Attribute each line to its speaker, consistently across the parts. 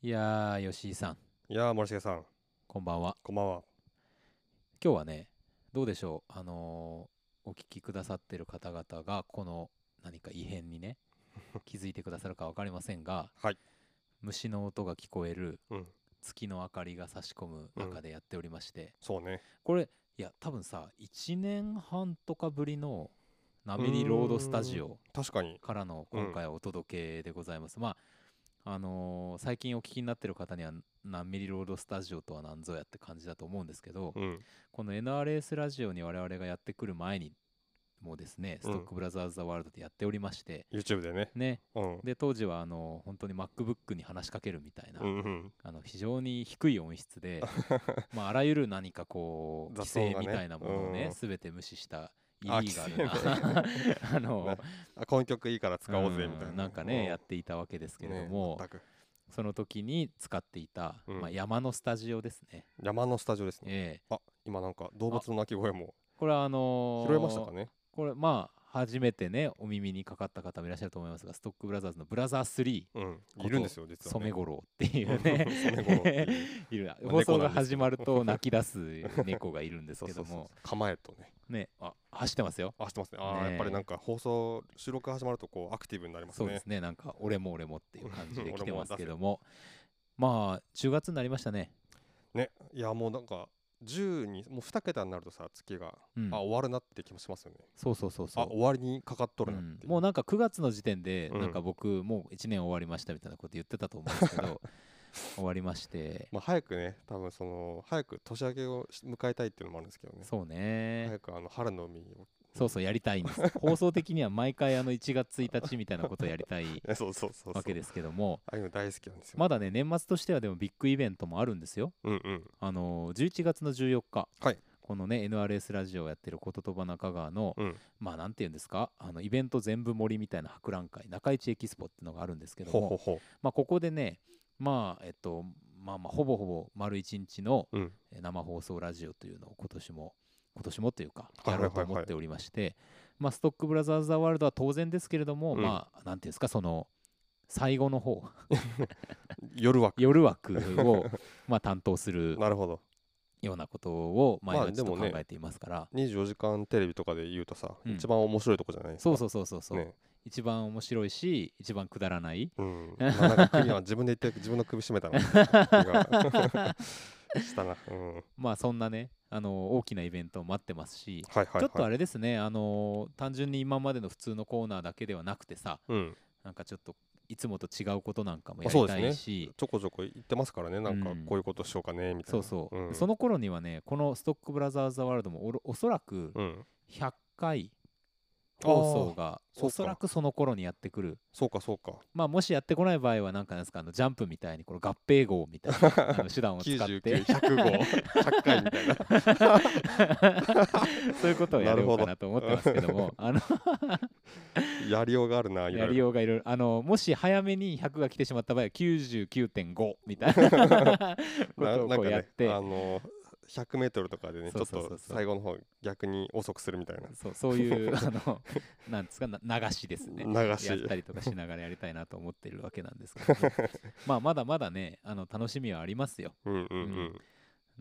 Speaker 1: いやー、吉井さん、
Speaker 2: いやー森重さん
Speaker 1: こんばんは。
Speaker 2: こんばんは
Speaker 1: 今日はね、どうでしょう、あのーお聞きくださってる方々が、この何か異変 にね、気づいてくださるか分かりませんが、
Speaker 2: はい
Speaker 1: 虫の音が聞こえる、
Speaker 2: うん
Speaker 1: 月の明かりが差し込む中でやっておりまして、
Speaker 2: そうね
Speaker 1: これ、いや、多分さ、1年半とかぶりの、ナミリロードスタジ
Speaker 2: うーん
Speaker 1: オ
Speaker 2: 確かに
Speaker 1: からの
Speaker 2: うん
Speaker 1: 今回はお届けでございます。まああのー最近お聞きになってる方には何ミリロードスタジオとは何ぞやって感じだと思うんですけど、
Speaker 2: うん
Speaker 1: この NRS ラジオに我々がやってくる前にもですね、
Speaker 2: うん
Speaker 1: ストックブラザーズ・ザ・ワールドでやっておりまして、
Speaker 2: YouTube でね
Speaker 1: ね、
Speaker 2: うん
Speaker 1: で当時はあのー本当に MacBook に話しかけるみたいな、
Speaker 2: うんうん
Speaker 1: あの非常に低い音質 でまああらゆる何かこう規
Speaker 2: 雑音
Speaker 1: 制
Speaker 2: がね
Speaker 1: みたいなものをね、
Speaker 2: うん
Speaker 1: 全て無視したイリ
Speaker 2: あ
Speaker 1: ーガルな あの
Speaker 2: ねあこの曲いいから使おうぜみたいな
Speaker 1: うんなんかね、やってていたわけです
Speaker 2: け
Speaker 1: けれども、その時に使っていた、
Speaker 2: うん
Speaker 1: まあ、山のスタジオですね、
Speaker 2: 山のスタジオですね
Speaker 1: ええ
Speaker 2: あ今なんか動物の鳴き声も
Speaker 1: これはあのー
Speaker 2: 拾えましたかね
Speaker 1: これまあ初めてねお耳にかかった方もいらっしゃると思いますがストックブラザーズの「ブラザー3」
Speaker 2: うん
Speaker 1: こと
Speaker 2: いるんですよ実は
Speaker 1: 染
Speaker 2: ね
Speaker 1: 五郎っていうね
Speaker 2: 染五郎っていう
Speaker 1: いる
Speaker 2: まあ
Speaker 1: 放送
Speaker 2: 猫な
Speaker 1: が
Speaker 2: んですけ
Speaker 1: 始
Speaker 2: ど
Speaker 1: まると泣き出す猫がいるんです
Speaker 2: そう
Speaker 1: け
Speaker 2: そ
Speaker 1: ど
Speaker 2: うそう
Speaker 1: も
Speaker 2: 構えとね
Speaker 1: ねあ走ってますよ
Speaker 2: あしてますねあー
Speaker 1: ねえ
Speaker 2: やっぱりなんか放送収録始まるとこうアクティブになります
Speaker 1: そうで
Speaker 2: ね
Speaker 1: すねなんか「俺も俺も」っていう感じで来てますけども
Speaker 2: 俺
Speaker 1: まあ10月になりましたね、
Speaker 2: ねいやもうなんか10にもう2桁になるとさ月が
Speaker 1: うん
Speaker 2: あ、終わるなって気もしますよね
Speaker 1: そうそうそうそう
Speaker 2: あ終わりにかかっとるなっ
Speaker 1: うん
Speaker 2: てい
Speaker 1: もうなんか9月の時点で
Speaker 2: うん
Speaker 1: なんか僕もう1年終わりましたみたいなこと言ってたと思うんですけ ど終わりまして
Speaker 2: まあ、早くね、多分その早く年明けをし迎えたいっていうのもあるんですけどね、
Speaker 1: そうね
Speaker 2: 早くあの春の海を、
Speaker 1: そうそうやりたいんです放送的には毎回あの1月1日みたいなことをやりたい
Speaker 2: え そうそうそうそう、
Speaker 1: わけですけども
Speaker 2: ああいうの大好きなんですよ。
Speaker 1: まだね年末としてはでもビッグイベントもあるんですよ
Speaker 2: うんうん、
Speaker 1: あの11月の14日、
Speaker 2: はい
Speaker 1: このね NRS ラジオをやってる「こととば中川の」
Speaker 2: うん、
Speaker 1: まあなんて言うんですかあのイベント全部森みたいな博覧会中市エキスポっていうのがあるんですけど
Speaker 2: ほう
Speaker 1: も
Speaker 2: ほうほ
Speaker 1: まあ、ここでね、まあ、えっと、まあまあ、ほぼほぼ丸一日の
Speaker 2: う、うん、
Speaker 1: えー生放送ラジオというのを今年も、今年もというか、
Speaker 2: いは
Speaker 1: や
Speaker 2: いは
Speaker 1: ろ
Speaker 2: いはいう
Speaker 1: と思っておりまして、まあ、ストックブラザーズ・ザ・ワールドは当然ですけれども、
Speaker 2: うん
Speaker 1: まあ、なんていうんですか、その、最後の方、
Speaker 2: 夜枠、
Speaker 1: 夜枠 を、まあ、担当する
Speaker 2: なるほど、
Speaker 1: ようなことを、まあ、
Speaker 2: まあ
Speaker 1: 今ちょっと
Speaker 2: でも
Speaker 1: 考
Speaker 2: ね
Speaker 1: えていますから、
Speaker 2: 24時間テレビとかで言うとさ、
Speaker 1: うん
Speaker 2: 一番面白いとこじゃないです
Speaker 1: そ
Speaker 2: か。
Speaker 1: うそうそうそうそう、
Speaker 2: ね、
Speaker 1: 一番面白いし、一番くだらない、
Speaker 2: うん、まあなんか首は自分で言って自分の首絞めたな 今したな、うん、はい
Speaker 1: まあ、そんなね、あの大きなイベントを待ってますし、
Speaker 2: はいはい。
Speaker 1: ちょっとあ
Speaker 2: れ、
Speaker 1: れですね、あのー単純に今までの普通のコーナーだけではなくてさ
Speaker 2: うん、
Speaker 1: なんかちょっといつもと違うことなんかもや
Speaker 2: あそ
Speaker 1: り
Speaker 2: うで
Speaker 1: た
Speaker 2: すね
Speaker 1: いし
Speaker 2: ちょこちょこ言ってますからね、なんか
Speaker 1: うん
Speaker 2: こういうことしようかねみたい
Speaker 1: そ
Speaker 2: な。
Speaker 1: うそう、
Speaker 2: うん、
Speaker 1: その頃にはねこの「ストックブラザーズ・ザ・ワールドもおろおそらく
Speaker 2: うん、
Speaker 1: 100回放送が
Speaker 2: そうか
Speaker 1: おそらくその頃にやってくる
Speaker 2: そうかそうか。
Speaker 1: まあもしやってこない場合はなんかなんですかあのジャンプみたいにこの合併号みたいな あの手段を使っ
Speaker 2: 99、
Speaker 1: て
Speaker 2: 100号、100回みたいな。
Speaker 1: そういうことをやろうか
Speaker 2: な
Speaker 1: なと思ってますけど もあの
Speaker 2: やりようがあるな、いろいろ
Speaker 1: やりようがいろいろあのもし早めに100が来てしまった場合は99.5みたいな ことを
Speaker 2: な
Speaker 1: こうやって、
Speaker 2: なんかね、あの100メートルとかでね、ち
Speaker 1: そう
Speaker 2: ょっ
Speaker 1: そうそうそう
Speaker 2: と最後の方逆に遅くするみたいな。
Speaker 1: そうそういうあの なんですかな流しですね
Speaker 2: 流し
Speaker 1: やったりとかしながらやりたいなと思ってるわけなんですけ どもまあまだまだねあの楽しみはありますよ
Speaker 2: うんうん
Speaker 1: う
Speaker 2: うん。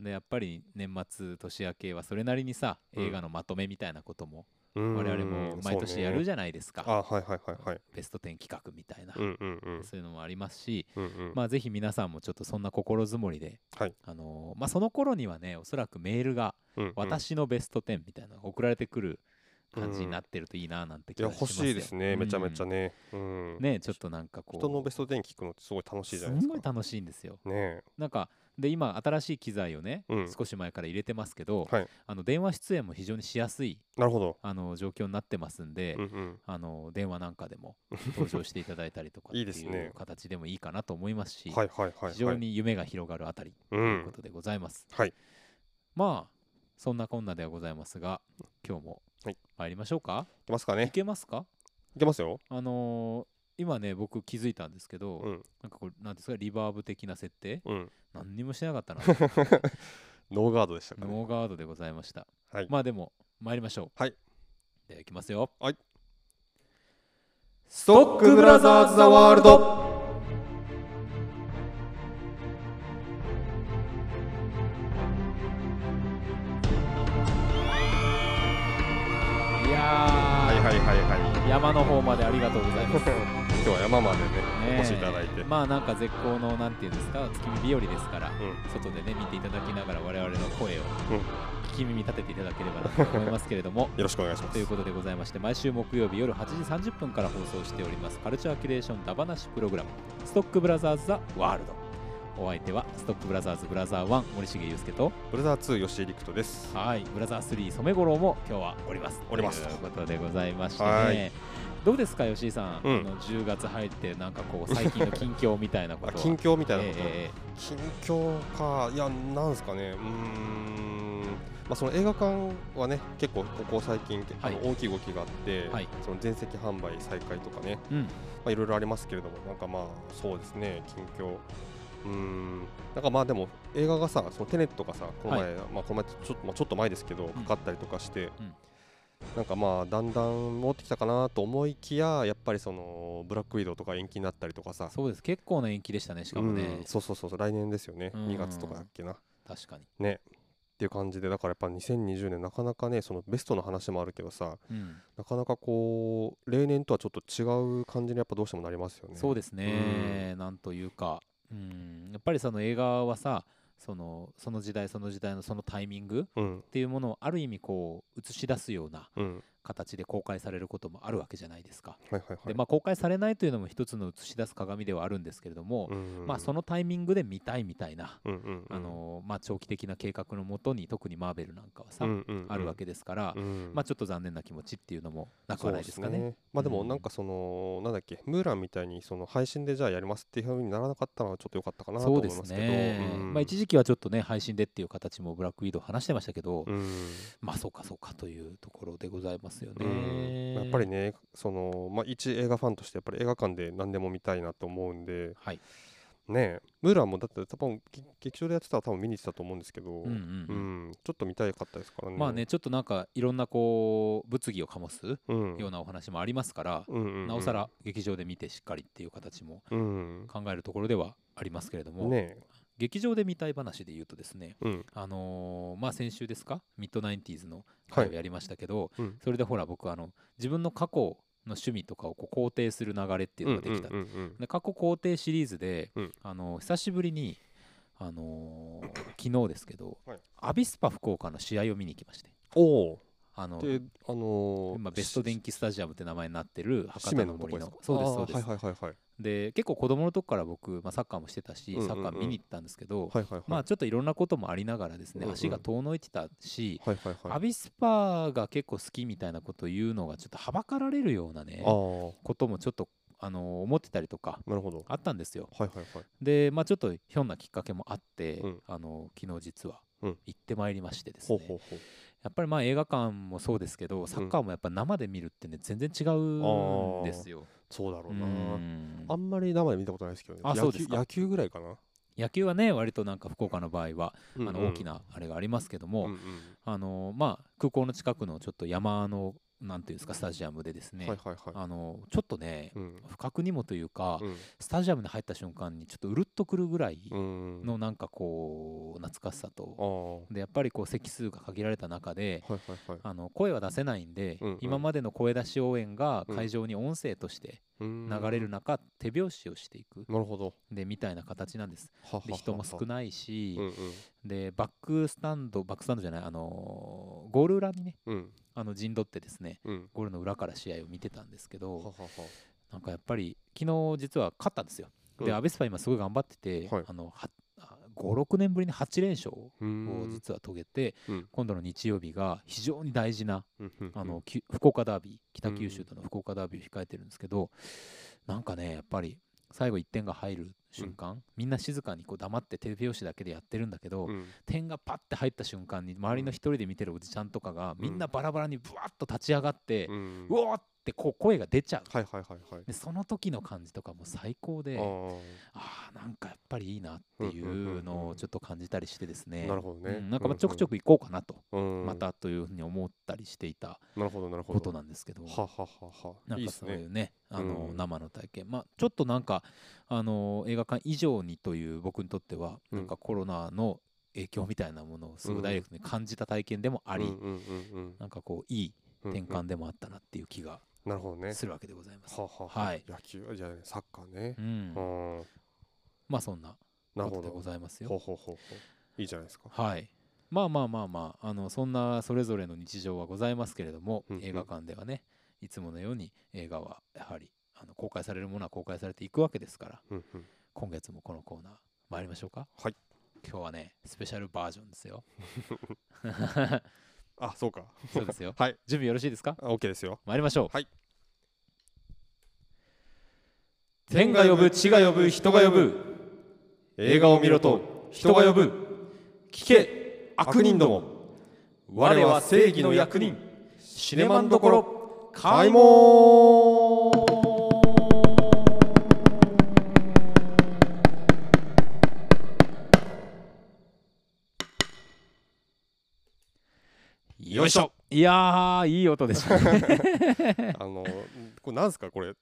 Speaker 1: でやっぱり年末年明けはそれなりにさ
Speaker 2: うん
Speaker 1: 映画のまとめみたいなことも
Speaker 2: うん
Speaker 1: 我々も毎年やるじゃないですか、
Speaker 2: そうねあ、はいはいはいはい。
Speaker 1: ベスト10企画みたいな、
Speaker 2: うんうんうん。
Speaker 1: そういうのもありますし
Speaker 2: うんうん、
Speaker 1: まあ、ぜひ皆さんもちょっとそんな心づもりで、
Speaker 2: はい
Speaker 1: あのーまあ、その頃にはねおそらくメールが
Speaker 2: うんう
Speaker 1: 「
Speaker 2: ん、
Speaker 1: 私のベスト10」みたいなのが送られてくる感じになってるといいななんて
Speaker 2: い
Speaker 1: 気
Speaker 2: や
Speaker 1: がし
Speaker 2: 欲
Speaker 1: ますよ
Speaker 2: しいですね、めちゃめちゃ
Speaker 1: ね,、
Speaker 2: ね。うん、
Speaker 1: ねちょっとなんかこう
Speaker 2: 人のベスト10聞くのってすごい楽しいじゃないですす
Speaker 1: ごい
Speaker 2: か。
Speaker 1: 楽しいんですよ
Speaker 2: ね
Speaker 1: なんかで今新しい機材をね、
Speaker 2: うん
Speaker 1: 少し前から入れてますけど、
Speaker 2: はい
Speaker 1: あの電話出演も非常にしやすい
Speaker 2: なるほど。
Speaker 1: あの状況になってますんで、
Speaker 2: うんうん、
Speaker 1: あの電話なんかでも登場していただいたりとかって
Speaker 2: いいです
Speaker 1: い
Speaker 2: ね
Speaker 1: う形でもいいかなと思いますし
Speaker 2: はいはいはい、はい。
Speaker 1: 非常に夢が広がるあたりと
Speaker 2: う
Speaker 1: いうこ
Speaker 2: ん。
Speaker 1: とでございます。
Speaker 2: はい。
Speaker 1: まあそんなこんなではございますが今日も
Speaker 2: はい
Speaker 1: 参りましょうか、
Speaker 2: いきますか
Speaker 1: い、
Speaker 2: ね。
Speaker 1: けますか
Speaker 2: いけますよ。
Speaker 1: あのー今ね僕気づいたんですけど、
Speaker 2: うん
Speaker 1: なんかこれなんですかリバーブ的な設定
Speaker 2: うん。
Speaker 1: 何にもしてなかった な
Speaker 2: ノーガードでしたかね。
Speaker 1: ノーガードでございました
Speaker 2: はい。
Speaker 1: まあでも参りましょう
Speaker 2: はい
Speaker 1: ではいきますよ
Speaker 2: はい
Speaker 1: ス
Speaker 2: ストックブラザーズ・ザ・ワールド
Speaker 1: までありがとうございます
Speaker 2: 今日は山までね
Speaker 1: ねえ
Speaker 2: お越しいただいて、
Speaker 1: まあなんか絶好のなんていうんですか月見日和ですから、
Speaker 2: う
Speaker 1: 外でね見ていただきながら我々の声を
Speaker 2: うん
Speaker 1: 聞き耳立てていただければなと思いますけれども
Speaker 2: よろしくお願いします
Speaker 1: ということでございまして毎週木曜日夜8時30分から放送しておりますカルチャーキュレーションダバナシプログラムストックブラザーズ・ザ・ワールドお相手はストックブラザーズ・ブラザー1森重裕介と
Speaker 2: ブラザー2吉井陸斗です
Speaker 1: はいブラザー3染五郎も今日はおります
Speaker 2: おります
Speaker 1: ということでございまして
Speaker 2: はい
Speaker 1: ねどうですか吉井さん、
Speaker 2: うん
Speaker 1: あの10月入ってなんかこう最近の近況みたいなこ
Speaker 2: あ
Speaker 1: とは
Speaker 2: 近況みたいなこと、
Speaker 1: え
Speaker 2: 近況かいやなんですかねうーんまあその映画館はね結構ここ最近、あの
Speaker 1: はい
Speaker 2: 大きい動きがあって、
Speaker 1: はい
Speaker 2: その全席販売再開とか
Speaker 1: え
Speaker 2: ね
Speaker 1: ええうん
Speaker 2: まあいろいろありますけれどもなんかまあそうですね近況うーんなんかまあでも映画がさそのテネットがさこの前、まあこの前ちょっとまあちょっと前ですけどかかったりとかして、
Speaker 1: うん
Speaker 2: なんかまあだんだん戻ってきたかなと思いきややっぱりそのブラックウィドウとか延期になったりとかさ
Speaker 1: そうです結構な延期でしたねしかもね、
Speaker 2: うんそうそうそうそう来年ですよね、
Speaker 1: うん
Speaker 2: 2月とかだっけな
Speaker 1: 確かに、
Speaker 2: ねっていう感じでだからやっぱ2020年なかなかねそのベストの話もあるけどさ
Speaker 1: うん
Speaker 2: なかなかこう例年とはちょっと違う感じにやっぱどうしてもなりますよね
Speaker 1: そうですね、なんというか、うん、やっぱりその映画はさそのその時代その時代のそのタイミングっ
Speaker 2: うん
Speaker 1: ていうものをある意味こう映し出すような
Speaker 2: うん
Speaker 1: 形で公開されることもあるわけじゃないですか。
Speaker 2: はいはいはい
Speaker 1: でまあ、公開されないというのも一つの映し出す鏡ではあるんですけれども、
Speaker 2: うん
Speaker 1: まあ、そのタイミングで見たいみたいな、
Speaker 2: うんうんうん
Speaker 1: あのまあ、長期的な計画のもとに特にマーベルなんかはさ、
Speaker 2: うんうんうん
Speaker 1: あるわけですから、
Speaker 2: うん
Speaker 1: まあ、ちょっと残念な気持ちっていうのもなく
Speaker 2: そ
Speaker 1: は
Speaker 2: う
Speaker 1: ないですかね。
Speaker 2: まあでも
Speaker 1: うん
Speaker 2: なんかそのなんだっけムーランみたいにその配信でじゃあやりますっていうふうにならなかったのはちょっと良かったかなと
Speaker 1: そう
Speaker 2: 思
Speaker 1: で
Speaker 2: いますすけど
Speaker 1: ね、
Speaker 2: うん
Speaker 1: まあ、一時期はちょっとね配信でっていう形もブラックウィドウ話してましたけど、
Speaker 2: うん
Speaker 1: まあそうかそうかというところでございますよ
Speaker 2: うん
Speaker 1: ね。
Speaker 2: やっぱりねその、まあ、一映画ファンとしてやっぱり映画館で何でも見たいなと思うんで
Speaker 1: はい、
Speaker 2: ねえムーランもだって多分劇劇場でやってたら多分見に行ってたと思うんですけど、
Speaker 1: うんうんうん
Speaker 2: うんちょっと見たかったですからね
Speaker 1: まあねちょっとなんかいろんなこう物議を醸す
Speaker 2: うん
Speaker 1: ようなお話もありますから、
Speaker 2: うんうんうん
Speaker 1: なおさら劇場で見てしっかりっていう形も
Speaker 2: うん
Speaker 1: 考えるところではありますけれども、
Speaker 2: ねえ
Speaker 1: 劇場で見たい話で言うとですね
Speaker 2: うん
Speaker 1: あのーまあ先週ですかミッドナインティーズの
Speaker 2: は
Speaker 1: 回を
Speaker 2: い
Speaker 1: やりましたけど、
Speaker 2: うん
Speaker 1: それでほら僕あの自分の過去の趣味とかをこう肯定する流れっていうのができた
Speaker 2: うんうんうん
Speaker 1: で過去肯定シリーズで、
Speaker 2: うん
Speaker 1: あの久しぶりに、あの ー昨日ですけど、
Speaker 2: はい
Speaker 1: アビスパ福岡の試合を見に行きまして
Speaker 2: おお
Speaker 1: あの、
Speaker 2: であのー
Speaker 1: まあ、ベスト電気スタジアムって名前になってる博
Speaker 2: 節
Speaker 1: 多
Speaker 2: 目
Speaker 1: の
Speaker 2: のとこ
Speaker 1: 森
Speaker 2: で
Speaker 1: の
Speaker 2: すか
Speaker 1: そうです
Speaker 2: あー
Speaker 1: そうです、
Speaker 2: はいはいはいはい
Speaker 1: で結構子供の時から僕、まあ、サッカーもしてたし、
Speaker 2: うんうんうん
Speaker 1: サッカー見に行ったんですけど、
Speaker 2: はいはいはい
Speaker 1: まあ、ちょっといろんなこともありながらですね、
Speaker 2: うんうん
Speaker 1: 足が遠のいてたし、
Speaker 2: はいはいはい
Speaker 1: アビスパが結構好きみたいなことを言うのがちょっとはばかられるようなね
Speaker 2: あー
Speaker 1: こともちょっと、あのー思ってたりとか
Speaker 2: なるほど
Speaker 1: あったんですよ。
Speaker 2: はいはいはい
Speaker 1: で、まあ、ちょっとひょんなきっかけもあって、
Speaker 2: うん
Speaker 1: あの昨日実は
Speaker 2: う
Speaker 1: 行
Speaker 2: ん
Speaker 1: ってまいりましてです
Speaker 2: ほ
Speaker 1: ね、
Speaker 2: うほうほう
Speaker 1: やっぱりまあ映画館もそうですけどサッカーもやっぱ生で見るってね全然違うんですよ。
Speaker 2: そうだろ
Speaker 1: う
Speaker 2: うな
Speaker 1: ーん
Speaker 2: あんまり生で見たことないですけどね
Speaker 1: あそう
Speaker 2: 野
Speaker 1: で
Speaker 2: 球
Speaker 1: すか
Speaker 2: 野球ぐらいかな
Speaker 1: 野球はね割となんか福岡の場合は、あ
Speaker 2: あ
Speaker 1: の大きなあれがありますけども、
Speaker 2: うんうん
Speaker 1: あのまあ、空港の近くのちょっと山のなんていうんですかスタジアムでですね、
Speaker 2: はいはいはい
Speaker 1: あのちょっとね、
Speaker 2: うん
Speaker 1: 不覚にもというか、
Speaker 2: うん
Speaker 1: スタジアムに入った瞬間にちょっとうるっとくるぐらい
Speaker 2: うん
Speaker 1: のなんかこう懐かしさと、
Speaker 2: あー
Speaker 1: でやっぱりこう席数が限られた中で
Speaker 2: はいはいはい
Speaker 1: あの声は出せないんで、
Speaker 2: うんうん
Speaker 1: 今までの声出し応援が
Speaker 2: うん
Speaker 1: 会場に音声として
Speaker 2: 流
Speaker 1: 流れる中、手拍子をしていく
Speaker 2: なるほど
Speaker 1: でみたいな形なんです。
Speaker 2: はは
Speaker 1: で人も少
Speaker 2: い
Speaker 1: ないし、
Speaker 2: うん
Speaker 1: でバックスタンドバックスタンドじゃない、あのーゴール裏にね
Speaker 2: うんうん
Speaker 1: あの陣取ってですね
Speaker 2: うん
Speaker 1: ゴールの裏から試合を見てたんですけ
Speaker 2: はは
Speaker 1: ど
Speaker 2: は
Speaker 1: なんかやっぱり昨日実は勝ったんですよ。で、
Speaker 2: うん
Speaker 1: アベスパ今すごい頑張ってて、
Speaker 2: はい
Speaker 1: あのは56年ぶりに8連勝を
Speaker 2: うーん
Speaker 1: 実は遂げて、
Speaker 2: うん
Speaker 1: 今度の日曜日が非常に大事な
Speaker 2: うんうん
Speaker 1: あ
Speaker 2: う
Speaker 1: の
Speaker 2: ん
Speaker 1: き福岡ダービー北九州との福岡ダービーを控えてるんですけど、なんかねやっぱり最後1点が入る瞬間、みんな静かにこう黙って手拍子だけでやってるんだけど、
Speaker 2: うん
Speaker 1: 点がパッて入った瞬間に周りの一人で見てるおじちゃんとかが、
Speaker 2: ん
Speaker 1: みんなバラバラにブワッと立ち上がって
Speaker 2: う、ん
Speaker 1: うおーってこう声が出ちゃう、
Speaker 2: はいはいはいはい
Speaker 1: でその時の感じとかも最高で
Speaker 2: あー
Speaker 1: あーなんかやっぱりいいなってい
Speaker 2: んうんうんう
Speaker 1: うんのをちょっと感じたりしてですね、
Speaker 2: なるほどね
Speaker 1: うんなんかまあちょくちょく行こうかなと、
Speaker 2: うん
Speaker 1: またというふうに思ったりしていた
Speaker 2: なるほどなるほ
Speaker 1: こ
Speaker 2: ど
Speaker 1: となんですけど。
Speaker 2: はははは
Speaker 1: なん
Speaker 2: いい
Speaker 1: か
Speaker 2: で
Speaker 1: そ
Speaker 2: す
Speaker 1: うい
Speaker 2: ね
Speaker 1: うねあの
Speaker 2: うん
Speaker 1: 生の体験、まあ、ちょっとなんかあの映画館以上にという僕にとっては、
Speaker 2: うん
Speaker 1: なんかコロナの影響みたいなものをすご
Speaker 2: う
Speaker 1: い
Speaker 2: ん
Speaker 1: ダイレクトに感じた体験でもあり、
Speaker 2: うんうんうんうん
Speaker 1: なんかこういい
Speaker 2: うん
Speaker 1: 転換でもあったなっていう気が
Speaker 2: なるほどね。
Speaker 1: するわけでございます。
Speaker 2: はあはあ
Speaker 1: はい
Speaker 2: 野球じゃあサッカーね
Speaker 1: う。ん
Speaker 2: う、ん。
Speaker 1: まあそんな
Speaker 2: なる
Speaker 1: こ
Speaker 2: ほ
Speaker 1: とで
Speaker 2: ど
Speaker 1: ご。ざいます
Speaker 2: ほう
Speaker 1: よ。
Speaker 2: ほうほうほう。いいじゃないですか。
Speaker 1: はいまあまあまあまああのそんなそれぞれの日常はございますけれども
Speaker 2: うんうん
Speaker 1: 映画館ではねいつものように映画はやはりあの公開されるものは公開されていくわけですから
Speaker 2: うんうん。
Speaker 1: 今月もこのコーナー参りましょうか
Speaker 2: はい
Speaker 1: 今日はねスペシャルバージョンですよ
Speaker 2: あ、そう か。
Speaker 1: そうですよ
Speaker 2: はい。
Speaker 1: 準備よろしいですか
Speaker 2: あ、オッケーですよ。
Speaker 1: 参りましょう
Speaker 2: はい
Speaker 1: 天が呼ぶ地が呼ぶ人が呼ぶ
Speaker 2: 映画を見ろと人が呼ぶ。
Speaker 1: 聞け
Speaker 2: 悪人ども。我は正義の役人。シ
Speaker 1: シ
Speaker 2: ネ
Speaker 1: ネ
Speaker 2: マ
Speaker 1: マ
Speaker 2: ン
Speaker 1: ン
Speaker 2: ど
Speaker 1: ど
Speaker 2: こ
Speaker 1: こ
Speaker 2: ろ
Speaker 1: ろ
Speaker 2: 開
Speaker 1: 開
Speaker 2: 門
Speaker 1: 門
Speaker 2: よいしょ
Speaker 1: いやーいい音でした ね
Speaker 2: あの、これなんすかこれ。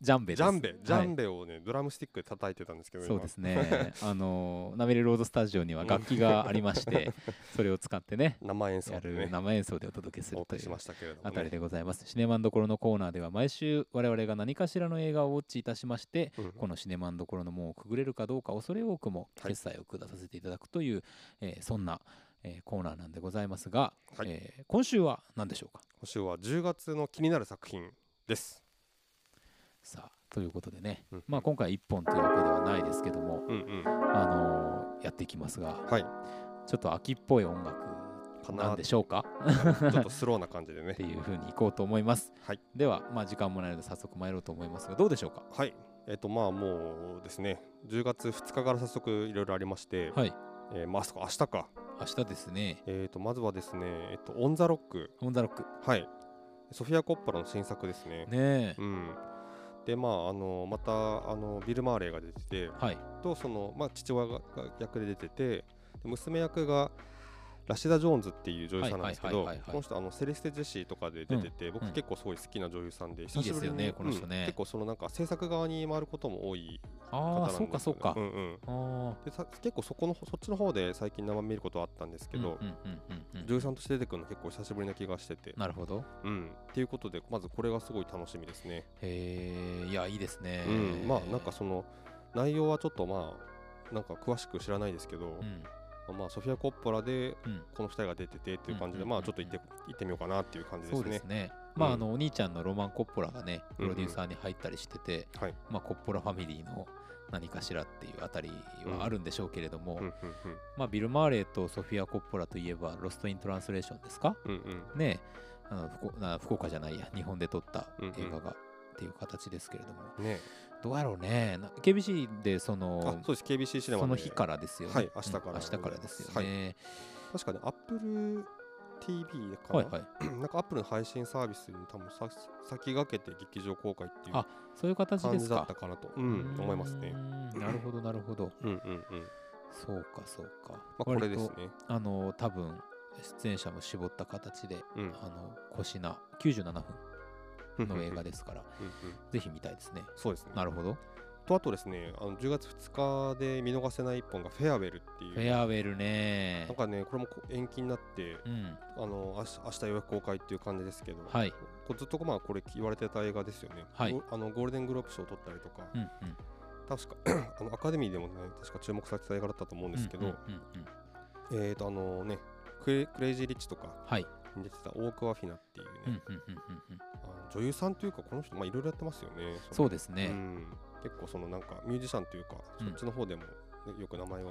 Speaker 1: ジャンベです
Speaker 2: ジャンベ、ジャン
Speaker 1: ベ
Speaker 2: ベをね、ドラムスティックで叩いてたんですけど、
Speaker 1: そうですねあのナメレロードスタジオには楽器がありま してそれを使ってね
Speaker 2: 今生演奏
Speaker 1: や
Speaker 2: で
Speaker 1: る
Speaker 2: ね、
Speaker 1: 生演奏でお届けする
Speaker 2: お
Speaker 1: と
Speaker 2: 送
Speaker 1: い
Speaker 2: りし
Speaker 1: う
Speaker 2: ましたけれども、
Speaker 1: あたり
Speaker 2: ね。
Speaker 1: でございます。シネマンどころのコーナーでは毎週我々が何かしらの映画をウォッチいたしまして、
Speaker 2: うん
Speaker 1: このシネマンどころの門をくぐれるかどうか恐れ多くも
Speaker 2: はい
Speaker 1: 決済を下させていただくという、えーそんな、えーコーナーなんでございますが、
Speaker 2: はい
Speaker 1: えー今週は何でしょうか
Speaker 2: 今週は10月の気になる作品です。
Speaker 1: さあということでね、
Speaker 2: うんうん
Speaker 1: まあ、今回1本というわけではないですけども、
Speaker 2: うんうん。
Speaker 1: あのーやっていきますが
Speaker 2: はい。
Speaker 1: ちょっと秋っぽい音楽
Speaker 2: か
Speaker 1: な
Speaker 2: なん
Speaker 1: でしょうか
Speaker 2: ちょっとスローな感じでね
Speaker 1: っ。ていうふうにいこうと思います、
Speaker 2: はい
Speaker 1: では、まあ、時間もないので早速参ろうと思いますがどうでしょうか
Speaker 2: はい。えっ、とまあもうですね、10月2日から早速いろいろありまして、
Speaker 1: はい
Speaker 2: えーまああそこ明日か。
Speaker 1: 明日ですね
Speaker 2: えっ、とまずはですね、えっ、とオンザロック、
Speaker 1: オンザロック
Speaker 2: はい。ソフィアコッパラの新作ですね。
Speaker 1: ねえ、
Speaker 2: うん。でまああのまたあのビルマーレーが出てて、
Speaker 1: はい
Speaker 2: とその、まあ、父親がが役で出ててで娘役がラシダ・ジョーンズっていう女優さんなんですけ
Speaker 1: は
Speaker 2: ど
Speaker 1: いはいはいはいはい
Speaker 2: この人あのセレステ・ジェシーとかで出てて、
Speaker 1: う
Speaker 2: 僕
Speaker 1: ん
Speaker 2: 結構すごい好きな女優さんで、
Speaker 1: ですよねこの人ね
Speaker 2: うん結構そのなんか制作側に回ることも多い方
Speaker 1: あ
Speaker 2: なん
Speaker 1: あ
Speaker 2: ですよ
Speaker 1: そうかそうか、
Speaker 2: んうん
Speaker 1: あ
Speaker 2: でさ結構そこのそっちの方で最近生見ることはあったんです
Speaker 1: あ
Speaker 2: けど、
Speaker 1: うんうんうんうんうん
Speaker 2: 女優さんとして出てくるの結構久しぶりな気がしてて、
Speaker 1: なるほど
Speaker 2: うん、っていうことでまずこれがすごい楽しみですね、
Speaker 1: へえいやいいですね、
Speaker 2: うん、まあなんかその内容はちょっとまあなんか詳しく知らないですけど、
Speaker 1: うん
Speaker 2: まあ、ソフィア・コッポラで
Speaker 1: うん
Speaker 2: この2人が出ててっていう感じで、
Speaker 1: うん
Speaker 2: まあちょっと行って行ってみようかなっていう感じで
Speaker 1: そ
Speaker 2: す
Speaker 1: うで
Speaker 2: ね
Speaker 1: す。ねまあ
Speaker 2: うん
Speaker 1: あのお兄ちゃんのロマン・コッポラがね
Speaker 2: う
Speaker 1: プ
Speaker 2: んうん
Speaker 1: ロデューサーに入ったりしてて、
Speaker 2: はい
Speaker 1: まあ、コッポラファミリーの何かしらっていうあたりはあるんでしょうけれども、
Speaker 2: うんうん
Speaker 1: まあ、ビル・マーレーとソフィア・コッポラといえば「ロスト・イン・トランスレーション」ですか
Speaker 2: うんうん
Speaker 1: ねあの福あ福岡じゃないや日本で撮った映画
Speaker 2: うん
Speaker 1: がっていう形ですけれども、
Speaker 2: うんね
Speaker 1: どうやろうね。な KBC でそ
Speaker 2: あ
Speaker 1: の
Speaker 2: そうです KBC シネマ
Speaker 1: そ
Speaker 2: で
Speaker 1: の日からですよね。
Speaker 2: はい明日か
Speaker 1: う
Speaker 2: ら
Speaker 1: ん明日からですよね。
Speaker 2: 確かね Apple TV かな、
Speaker 1: はい、はい、
Speaker 2: なんか Apple の配信サービスに多分さ先駆けて劇場公開っていう
Speaker 1: あそういう形
Speaker 2: 感
Speaker 1: で
Speaker 2: じ
Speaker 1: す
Speaker 2: だ
Speaker 1: か
Speaker 2: った。かなと、うん、思います
Speaker 1: う
Speaker 2: ね
Speaker 1: ー。ん。なるほどなるほど。
Speaker 2: うんうんうん。ま
Speaker 1: そうかそうか。
Speaker 2: あこれです
Speaker 1: 割
Speaker 2: ね。
Speaker 1: とあの多分出演者も絞った形で、
Speaker 2: うん
Speaker 1: あのコシナ97分の映画
Speaker 2: で。
Speaker 1: ですから、
Speaker 2: うんうん
Speaker 1: ぜひ見たいですね。
Speaker 2: そうですね。
Speaker 1: なるほど。
Speaker 2: とあとですねあの10月2日で見逃せない一本がフェアウェルっていう。
Speaker 1: フェアウェルね
Speaker 2: なん。かねこれもこ延期になって
Speaker 1: うん。
Speaker 2: あの明日明日予約公開っていう感じですけど、
Speaker 1: はい。
Speaker 2: こうずっとまあこれ言われてた映画ですよね、
Speaker 1: はい
Speaker 2: ゴあのゴールデングローブ賞を取ったりとか、
Speaker 1: うんうん。
Speaker 2: 確か あのアカデミーでもね確か注目されてた映画だったと思うんですけ
Speaker 1: う
Speaker 2: ど、
Speaker 1: んうんうんうん
Speaker 2: えー、とあのねクレクレイジー・リッチとか
Speaker 1: はい。
Speaker 2: に出てたオーク・ワフィナっていうね、
Speaker 1: うんうんうんうんうん。
Speaker 2: あの女優さんというかこの人まあいろいろやってますよね
Speaker 1: そうです
Speaker 2: う
Speaker 1: ね。
Speaker 2: ん、結構そのなんかミュージシャンというか、
Speaker 1: うん
Speaker 2: そっちの方でも、ね、よく名前を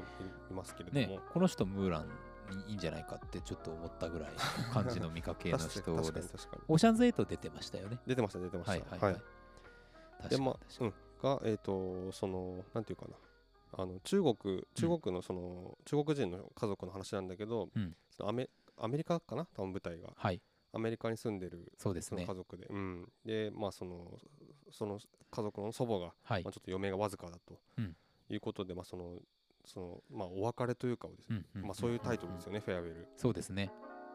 Speaker 2: 見ますけれども、
Speaker 1: ね、この人ムーランにいいんじゃないかってちょっと思ったぐらいの感じの見かけの
Speaker 2: 確
Speaker 1: 人
Speaker 2: かに確か
Speaker 1: で
Speaker 2: に
Speaker 1: す。
Speaker 2: 確かに
Speaker 1: オーシャンズ8出てましたよね。
Speaker 2: 出てました出てました
Speaker 1: はいはいはい。確か
Speaker 2: で
Speaker 1: に
Speaker 2: まあ
Speaker 1: 確
Speaker 2: う
Speaker 1: か
Speaker 2: ん、がえっ、とそのなんていうかなあの中国中国のその、中国人の家族の話なんだけど、
Speaker 1: うん
Speaker 2: そのアメアメリカかな多分舞台が
Speaker 1: はい、
Speaker 2: アメリカに住んでる
Speaker 1: そうです
Speaker 2: その
Speaker 1: ね
Speaker 2: 家。族で、うん、でまあそのその家族の祖母が、
Speaker 1: はい
Speaker 2: まあ、ちょっと余命がわずかだと、
Speaker 1: うん
Speaker 2: いうことでまあそのそのまあお別れというかをですね、まあ、そういうタイトルです
Speaker 1: よ。
Speaker 2: よね、フェアウェル
Speaker 1: そうですね。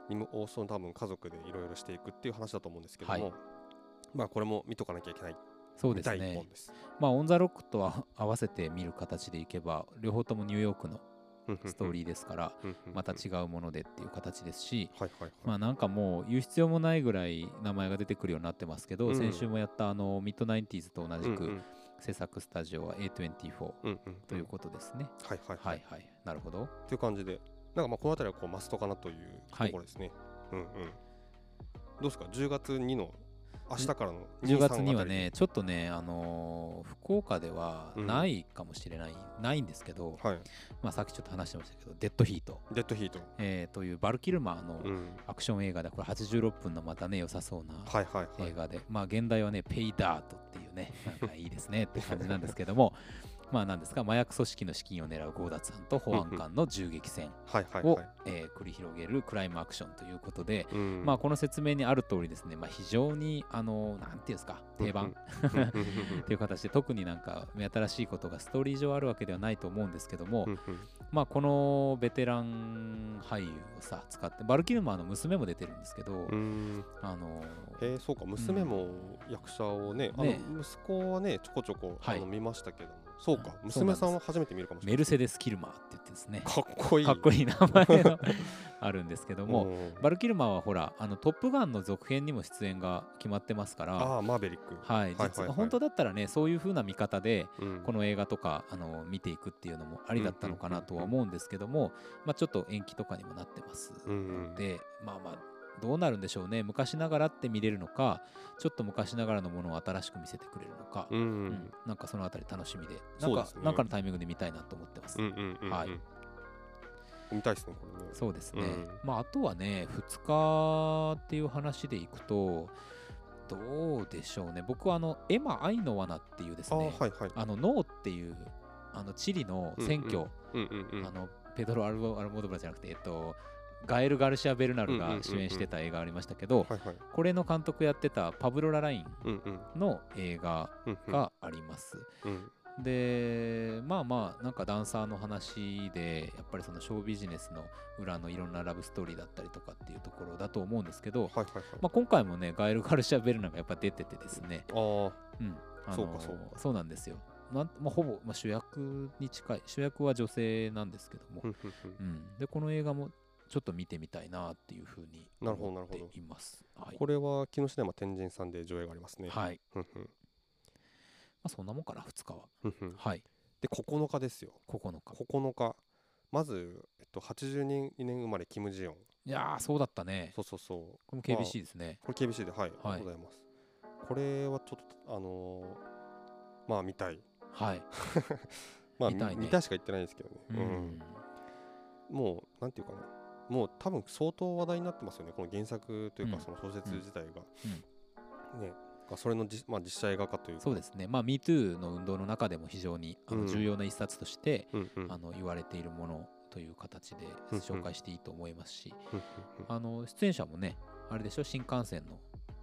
Speaker 2: にもおその多分家族でいろいろしていくっていう話だと思うんですけども、
Speaker 1: はい
Speaker 2: まあこれも見とかなきゃいけない
Speaker 1: そう
Speaker 2: 見
Speaker 1: で
Speaker 2: た
Speaker 1: す
Speaker 2: い一
Speaker 1: ね
Speaker 2: 本。です。
Speaker 1: まあ、オン・ザ・ロックとは合わせて見る形でいけば、両方ともニューヨークのストーリーですからまた
Speaker 2: 違
Speaker 1: 違うものでっていう形ですし
Speaker 2: はいはい
Speaker 1: まあなんかもう言う必要もないぐらい名前が出てくるようになってますけど、
Speaker 2: うん
Speaker 1: 先週もやったあのミッドナインティーズと同じ
Speaker 2: うんう
Speaker 1: く
Speaker 2: ん
Speaker 1: 制作スタジオは A24
Speaker 2: うんうん
Speaker 1: ということですね。
Speaker 2: はいはい
Speaker 1: は
Speaker 2: はいい
Speaker 1: はい、なるほど。
Speaker 2: っていう感じでなんかまあこの辺りはこうマストかなというと
Speaker 1: はい
Speaker 2: ころですね、うんうんどうですか10月2の明日からの
Speaker 1: 10月にはね、ちょっとね、あのー福岡では
Speaker 2: うん
Speaker 1: ないかもしれない、ないんですけど、
Speaker 2: はい
Speaker 1: まあ、さっきちょっと話してましたけど、デッドヒート、
Speaker 2: デッドヒート、
Speaker 1: えーというバルキルマーの
Speaker 2: うん、
Speaker 1: アクション映画で、これ86分のまたね、良さそうな
Speaker 2: はいはいはい
Speaker 1: 映画で、まあ現代はね、ペイダートっていうね、なんかいいですねって感じなんですけども、 まあなんですか、麻薬組織の資金を狙う強奪犯と保安官の銃撃戦
Speaker 2: はいはい
Speaker 1: を、
Speaker 2: はい
Speaker 1: えー繰り広げるクライムアクションということで、
Speaker 2: うん
Speaker 1: まあ、この説明にある通りですね、まあ、非常にあのなんていうんですか定番っ
Speaker 2: うんうんうん
Speaker 1: ていう形で特になんか目新しいことがストーリー上あるわけではないと思うんですけども、
Speaker 2: うんうんうん
Speaker 1: まあ、このベテラン俳優をさ使ってバルキルマーの娘も出てるんですけど、
Speaker 2: うん
Speaker 1: あの
Speaker 2: えー、そうか娘も役者をね,、
Speaker 1: ね
Speaker 2: あの息子はねちょこちょこ、
Speaker 1: はい
Speaker 2: あの見ましたけどもそうか
Speaker 1: そうなん
Speaker 2: 娘
Speaker 1: です
Speaker 2: さんは初めて見るかもしれ
Speaker 1: メ
Speaker 2: ない
Speaker 1: ルセデス・キルマーって言ってですね
Speaker 2: かっこいい
Speaker 1: かっこいい名前があるんですけども、
Speaker 2: うん
Speaker 1: バルキルマーはほら「あのトップガン」の続編にも出演が決まってますから。
Speaker 2: ああマーベリック
Speaker 1: はい、実は本当だったらねそういう風な見方で
Speaker 2: うん
Speaker 1: この映画とかあの見ていくっていうのもありだったのかなとは思うんですけども、まあ、ちょっと延期とかにもなってます
Speaker 2: うんうん
Speaker 1: ので、まあまあどうなるんでしょうね昔ながらって見れるのかちょっと昔ながらのものを新しく見せてくれるのか、
Speaker 2: うん
Speaker 1: うんなんかそのあたり楽しみでなん
Speaker 2: そう
Speaker 1: か
Speaker 2: ですね
Speaker 1: なんかのタイミングで見たいなと思ってます。
Speaker 2: うんうんうんうん
Speaker 1: はい
Speaker 2: 見たいですねこれね
Speaker 1: そうですね、
Speaker 2: うん
Speaker 1: まあ、あとはね2日っていう話でいくとどうでしょうね僕はあのエマ・アイの罠っていうです
Speaker 2: ああ
Speaker 1: ね
Speaker 2: はいはい
Speaker 1: あのノーっていうあのチリの選挙、
Speaker 2: うんうんうんうん
Speaker 1: あのペドロ・アルボアルモドブラじゃなくて、えっと、ガエル・ガルシア・ベルナル
Speaker 2: うんうんうん
Speaker 1: が
Speaker 2: うん
Speaker 1: 主演してた映画ありましたけど、
Speaker 2: はいはい
Speaker 1: これの監督やってたパブロ・ラライン
Speaker 2: うんうん
Speaker 1: の映画
Speaker 2: うんうん
Speaker 1: があります。
Speaker 2: うん
Speaker 1: でまあまあなんかダンサーの話でやっぱりそのショービジネスの裏のいろんなラブストーリーだったりとかっていうところだと思うんですけど、
Speaker 2: はいはいはい
Speaker 1: まあ、今回もねガエル・ガルシア・ベルナがやっぱ出ててですね、
Speaker 2: あー
Speaker 1: うん、あの
Speaker 2: そうかそうか
Speaker 1: そうなんですよ。なんまあ、ほぼ、まあ、主役に近い主役は女性なんですけども、
Speaker 2: うんうんうん
Speaker 1: うん、でこの映画もちょっと見てみたいなっていうふうに
Speaker 2: なるほど
Speaker 1: 思って
Speaker 2: なるほど
Speaker 1: います。はい、
Speaker 2: これは木下山天神さんで上映がありますね
Speaker 1: はい
Speaker 2: うんうん
Speaker 1: まあ、そんなもんかな2日は。
Speaker 2: うんうん
Speaker 1: はい
Speaker 2: で9日ですよ
Speaker 1: 9日。
Speaker 2: 9日まず、えっと、82年生まれキム・ジヨン
Speaker 1: いやーそうだったね。
Speaker 2: そうそうそう
Speaker 1: これも KBC ですね。
Speaker 2: これ KBC ではい、
Speaker 1: はい
Speaker 2: ございますこれはちょっとあのーまあ見たい
Speaker 1: はい。
Speaker 2: まあ
Speaker 1: 見たいね
Speaker 2: 見たいしか言ってないんですけどね、
Speaker 1: うん
Speaker 2: うんもうなんていうかなもう多分相当話題になってますよねこの原作という
Speaker 1: う
Speaker 2: か
Speaker 1: ん
Speaker 2: その小説自体が、ねがそれのじ、まあ、実写映画化というか
Speaker 1: そうですね。まあ MeToo の運動の中でも非常にあ
Speaker 2: う
Speaker 1: の
Speaker 2: ん
Speaker 1: 重要な一冊として、
Speaker 2: うんうん
Speaker 1: あの言われているものという形で
Speaker 2: うん
Speaker 1: 紹介していいと思いますし、
Speaker 2: うんうんうん
Speaker 1: あの出演者もねあれでしょ新幹線の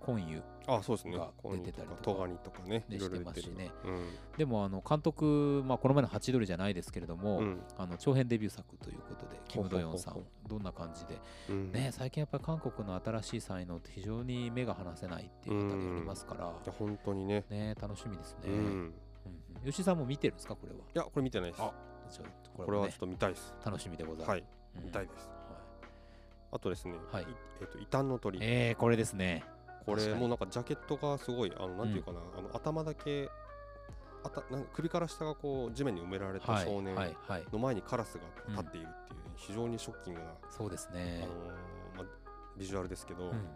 Speaker 1: 今遊
Speaker 2: あそうですね
Speaker 1: が
Speaker 2: コニー
Speaker 1: 出てたりとか
Speaker 2: トガニとかね
Speaker 1: で
Speaker 2: いろ
Speaker 1: し
Speaker 2: い
Speaker 1: て
Speaker 2: ろ
Speaker 1: ま
Speaker 2: 出
Speaker 1: す
Speaker 2: て
Speaker 1: し
Speaker 2: る
Speaker 1: ね
Speaker 2: うん
Speaker 1: でもあの監督、まあ、この前の「ハチドリ」じゃないですけれども、
Speaker 2: うん
Speaker 1: あの長編デビュー作ということでキム・ドヨンさ
Speaker 2: ほうんほ
Speaker 1: どんな感じで、
Speaker 2: うん
Speaker 1: ね、最近やっぱり韓国の新しい才能って非常に目が離せないっていう方がありますから
Speaker 2: いや、本当にね
Speaker 1: ね、楽しみですね、
Speaker 2: う
Speaker 1: うん
Speaker 2: ん
Speaker 1: うん吉井さんも見てるんですかこれはい
Speaker 2: やこれ見てないです
Speaker 1: あじゃあこ
Speaker 2: こ
Speaker 1: れ
Speaker 2: れ
Speaker 1: も
Speaker 2: は
Speaker 1: ね
Speaker 2: ちょっと見たいです
Speaker 1: 楽しみでございます、
Speaker 2: はい
Speaker 1: うん
Speaker 2: 見たいです
Speaker 1: はい
Speaker 2: あとですね、
Speaker 1: はい
Speaker 2: えっと異端の鳥、
Speaker 1: えー、これですね
Speaker 2: こ
Speaker 1: 確
Speaker 2: れ
Speaker 1: かに
Speaker 2: もうなんかジャケットがすごいあのなんていうかな、あの頭だけあたなんか首から下がこう地面に埋められた
Speaker 1: はい
Speaker 2: 少年
Speaker 1: はいはい
Speaker 2: の前にカラスが立っているっていう、非常にショッキングな、
Speaker 1: そうです
Speaker 2: あの
Speaker 1: ね
Speaker 2: ー、まあ、ビジュアルですけど、
Speaker 1: うん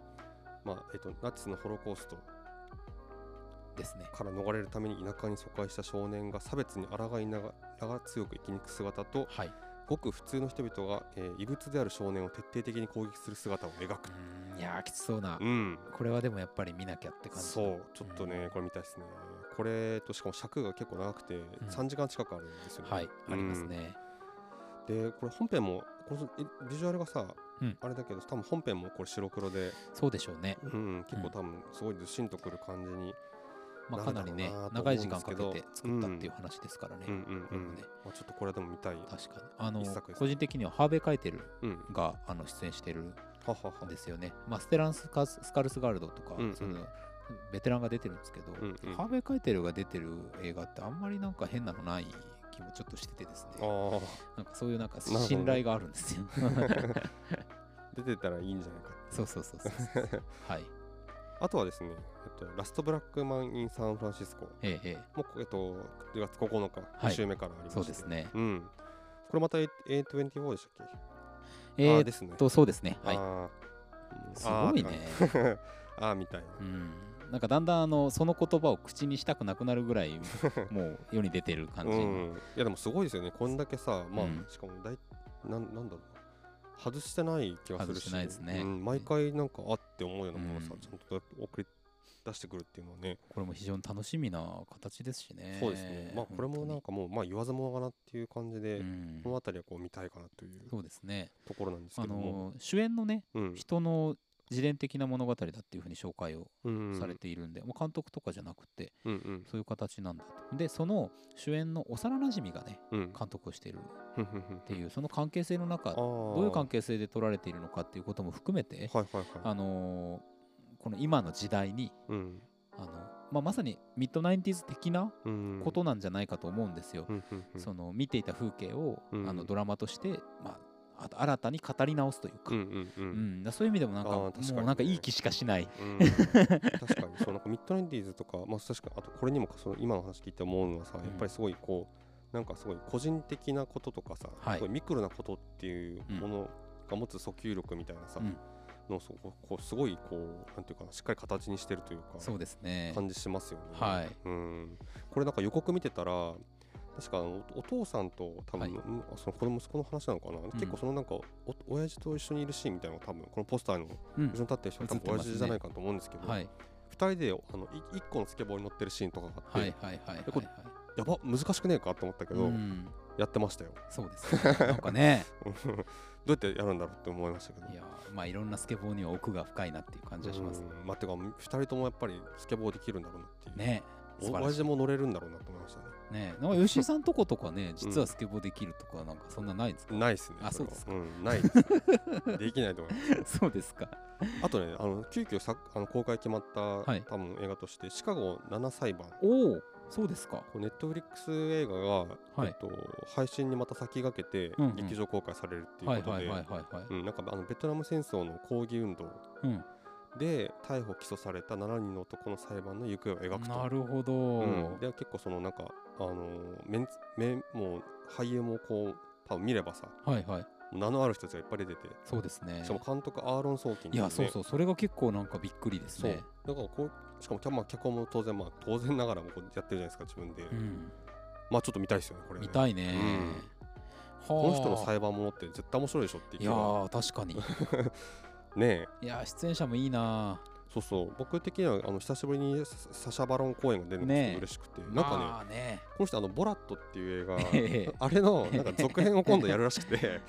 Speaker 2: まあえっとナチスのホロコースト
Speaker 1: ですね
Speaker 2: から逃れるために田舎に疎開した少年が差別に抗いながら強く生き抜く姿と
Speaker 1: はい
Speaker 2: ごく普通の人々が、えー異物である少年を徹底的に攻撃する姿を描く。
Speaker 1: うんいやーきつそうな、
Speaker 2: うん
Speaker 1: これはでもやっぱり見なきゃって感じ
Speaker 2: そうちょっと
Speaker 1: う
Speaker 2: ね、
Speaker 1: ん
Speaker 2: これ見たいですねこれとしかも尺が結構長くて3時間近くあるんですよね、
Speaker 1: はいあります
Speaker 2: うん
Speaker 1: ね、
Speaker 2: でこれ本編もこのえビジュアルがさ、
Speaker 1: うん
Speaker 2: あれだけど多分本編もこれ白黒で、
Speaker 1: そうでしょうね
Speaker 2: うん、結構多分すごいずしんとくる感じに、
Speaker 1: まあ、かなりね
Speaker 2: なるだろうなと
Speaker 1: 長い時間かけ
Speaker 2: 思うん
Speaker 1: て
Speaker 2: ですけど
Speaker 1: 作ったっていう話ですからね、
Speaker 2: うんうんうん
Speaker 1: なるほどね
Speaker 2: まあ、ちょっとこれはでも見たい、
Speaker 1: 確かにあの
Speaker 2: 一作です
Speaker 1: 個人的にはハーベイ・カイテル
Speaker 2: うん、は
Speaker 1: があの出演してる
Speaker 2: はは
Speaker 1: んですよね、まあ、ステランスカス・スカルスガールドとか、
Speaker 2: うんうん
Speaker 1: そのベテランが出てるんですけど、
Speaker 2: うんうん
Speaker 1: ハーベイ・カイテルが出てる映画ってあんまりなんか変なのない気気もちょっとしててですね
Speaker 2: あー
Speaker 1: なんかそういうなんか
Speaker 2: ほどね
Speaker 1: 信頼があるんですよ
Speaker 2: 出てたらいいんじゃないか
Speaker 1: そうそうそうそうそう はい
Speaker 2: あとはですね、えっと、ラストブラックマン・イン・サンフランシスコ
Speaker 1: えええ
Speaker 2: もう、えっと、9月9日、
Speaker 1: い
Speaker 2: 2週目からありま
Speaker 1: え
Speaker 2: して
Speaker 1: そうですね
Speaker 2: うん、これまた A- A24 でしたっけ
Speaker 1: え
Speaker 2: あ
Speaker 1: ー
Speaker 2: ー
Speaker 1: っ
Speaker 2: ですね。
Speaker 1: とそうですねはい
Speaker 2: あ
Speaker 1: す
Speaker 2: ー
Speaker 1: ごい。
Speaker 2: うんあーって感
Speaker 1: ね
Speaker 2: じ あーみたいな。
Speaker 1: うんなんかだんだんあのその言葉を口にしたくなくなるぐらいもう世に出てる感じ、
Speaker 2: うん、いやでもすごいですよね、こんだけさ、まあ、
Speaker 1: うん
Speaker 2: しかも大なんなんだろう、外してない気がするし、
Speaker 1: 外してないですね
Speaker 2: うん、毎回なんかあって思うようなものをさ、
Speaker 1: うん
Speaker 2: ちゃんと送り出してくるっていうのはね、
Speaker 1: これも非常に楽しみな形ですしね
Speaker 2: そうですね、まあ、これもなん
Speaker 1: か、
Speaker 2: かもう、まあ、言わずもがなっていう感じで、
Speaker 1: うん
Speaker 2: この辺りはこう見たいかなという
Speaker 1: そうですね
Speaker 2: ところなんです
Speaker 1: あ
Speaker 2: けども、
Speaker 1: の主演のね
Speaker 2: うん
Speaker 1: 人の自伝的な物語だっていうふうに紹介を
Speaker 2: うん
Speaker 1: されているんで、もう監督とかじゃなくて
Speaker 2: うんうん
Speaker 1: そういう形なんだとでその主演の幼なじみがね
Speaker 2: うん、
Speaker 1: 監督をしているっ
Speaker 2: ふんふんふん
Speaker 1: ていうその関係性の中ど
Speaker 2: ど
Speaker 1: ういう関
Speaker 2: 係
Speaker 1: 係性で撮られているのかっていうことも含めて、
Speaker 2: はいはいはい。
Speaker 1: あのーこの今の時代に
Speaker 2: うん
Speaker 1: あの、まあ、まさにミッドナインティーズ的な
Speaker 2: うん
Speaker 1: ことなんじゃないかと思うんですよ。
Speaker 2: うんうんうん
Speaker 1: その見ていた風景を、
Speaker 2: うん
Speaker 1: あのドラマとして、まあ、あ新たに語り直すというか、
Speaker 2: うんうんう
Speaker 1: うんんそういう意味でもなんか
Speaker 2: あー確かにね
Speaker 1: もうなんかいい気しかしない。
Speaker 2: う ん、確かにそうなんかミッドナインティーズとか、まあ、確かにあとこれにもその今の話聞いて思うのはさ、
Speaker 1: ん
Speaker 2: やっぱりすごいこうなんかすごい個人的なこととかさ、
Speaker 1: はい
Speaker 2: すごいミクロなことっていう
Speaker 1: うん
Speaker 2: ものが持つ訴求力みたいなさ、
Speaker 1: うん
Speaker 2: のをそうこうこうすごいこうなんていうかなしっかり形にしてるというか
Speaker 1: そうですね。
Speaker 2: 感じしますよね。
Speaker 1: はい
Speaker 2: うん、これなんか予告見てたら確かあのおお父さんと多分、
Speaker 1: はい
Speaker 2: うんあそのこの息子の話なのかな、結構そのなんかお親父と一緒にいるシーンみたいなのが多分このポスターの後
Speaker 1: う
Speaker 2: ろに
Speaker 1: ん、
Speaker 2: 立ってる人は多
Speaker 1: 映って
Speaker 2: 分
Speaker 1: ます
Speaker 2: 親
Speaker 1: ね
Speaker 2: 父じゃないかなと思うんですけど、
Speaker 1: はい
Speaker 2: 2人であのい1個のスケボーに乗ってるシーンとかがあって、
Speaker 1: はいはいはいはい、は
Speaker 2: これ
Speaker 1: い。
Speaker 2: やば難しくねえかと思ったけ
Speaker 1: う
Speaker 2: ど、
Speaker 1: ん、
Speaker 2: やってましたよ
Speaker 1: そうです、ね。なんかね、
Speaker 2: どうやってやるんだろうって思いましたけど
Speaker 1: いやー まあいろんなスケボーには奥が深いなっていう感じがしますね。
Speaker 2: うんまあてか2人ともやっぱりスケボーできるんだろうなっていう
Speaker 1: ね、
Speaker 2: お
Speaker 1: 素晴ら
Speaker 2: 親
Speaker 1: しい
Speaker 2: 父も乗れるんだろうなと思いましたね
Speaker 1: ね。なんか吉井さんとことかね、実はスケボーできるとかなんかそんなないんですか。
Speaker 2: ないですね
Speaker 1: あ
Speaker 2: れは
Speaker 1: そうですか
Speaker 2: ん、ないですね できないと思います
Speaker 1: そうですか。
Speaker 2: あとねあの急遽さあの公開決まった、
Speaker 1: い
Speaker 2: 多分映画として「シカゴ7裁判」
Speaker 1: おお、そうですか。
Speaker 2: ネットフリックス映画が、
Speaker 1: はい
Speaker 2: えっと、配信にまた先駆けて
Speaker 1: うんうん
Speaker 2: 劇場公開されるっていう
Speaker 1: はい
Speaker 2: こと
Speaker 1: はい
Speaker 2: で、
Speaker 1: はいはいは
Speaker 2: うん、なんかあのベトナム戦争の抗議運動
Speaker 1: い。うん。
Speaker 2: で逮捕・起訴された7人の男の裁判の行方を描くと。
Speaker 1: なるほど、
Speaker 2: うん、で結構そのなんか、あのーメンツメンもう俳優もこう多分見ればさ
Speaker 1: はいはい。
Speaker 2: 名のある人たちがいっぱい出てて、
Speaker 1: そうですね
Speaker 2: し。かも監督アーロン・ソーキン
Speaker 1: いや、そう
Speaker 2: う
Speaker 1: そう、それが結構なんかびっくりです
Speaker 2: そう
Speaker 1: ね。
Speaker 2: だからこうしかもキャ、まあ、脚本も当然まあ当然ながらもこうやってるじゃないですか自分で、
Speaker 1: うん。
Speaker 2: まあちょっと見たいですよねこれね
Speaker 1: 見たいね。は
Speaker 2: この人の裁判ものって絶対面白いでしょっていう
Speaker 1: い
Speaker 2: 気
Speaker 1: や
Speaker 2: が
Speaker 1: ー確かに。
Speaker 2: ねえ
Speaker 1: いやー出演者もいいな
Speaker 2: そうそう僕的にはあの久しぶりにササシャ・バロン公演が出るのがちょっ
Speaker 1: ねえ
Speaker 2: と嬉しくて、
Speaker 1: ー。
Speaker 2: なんかね、
Speaker 1: まあね。
Speaker 2: この人あのボラットっていう映画、
Speaker 1: え え
Speaker 2: あれのなんか続編を今度やるらし くて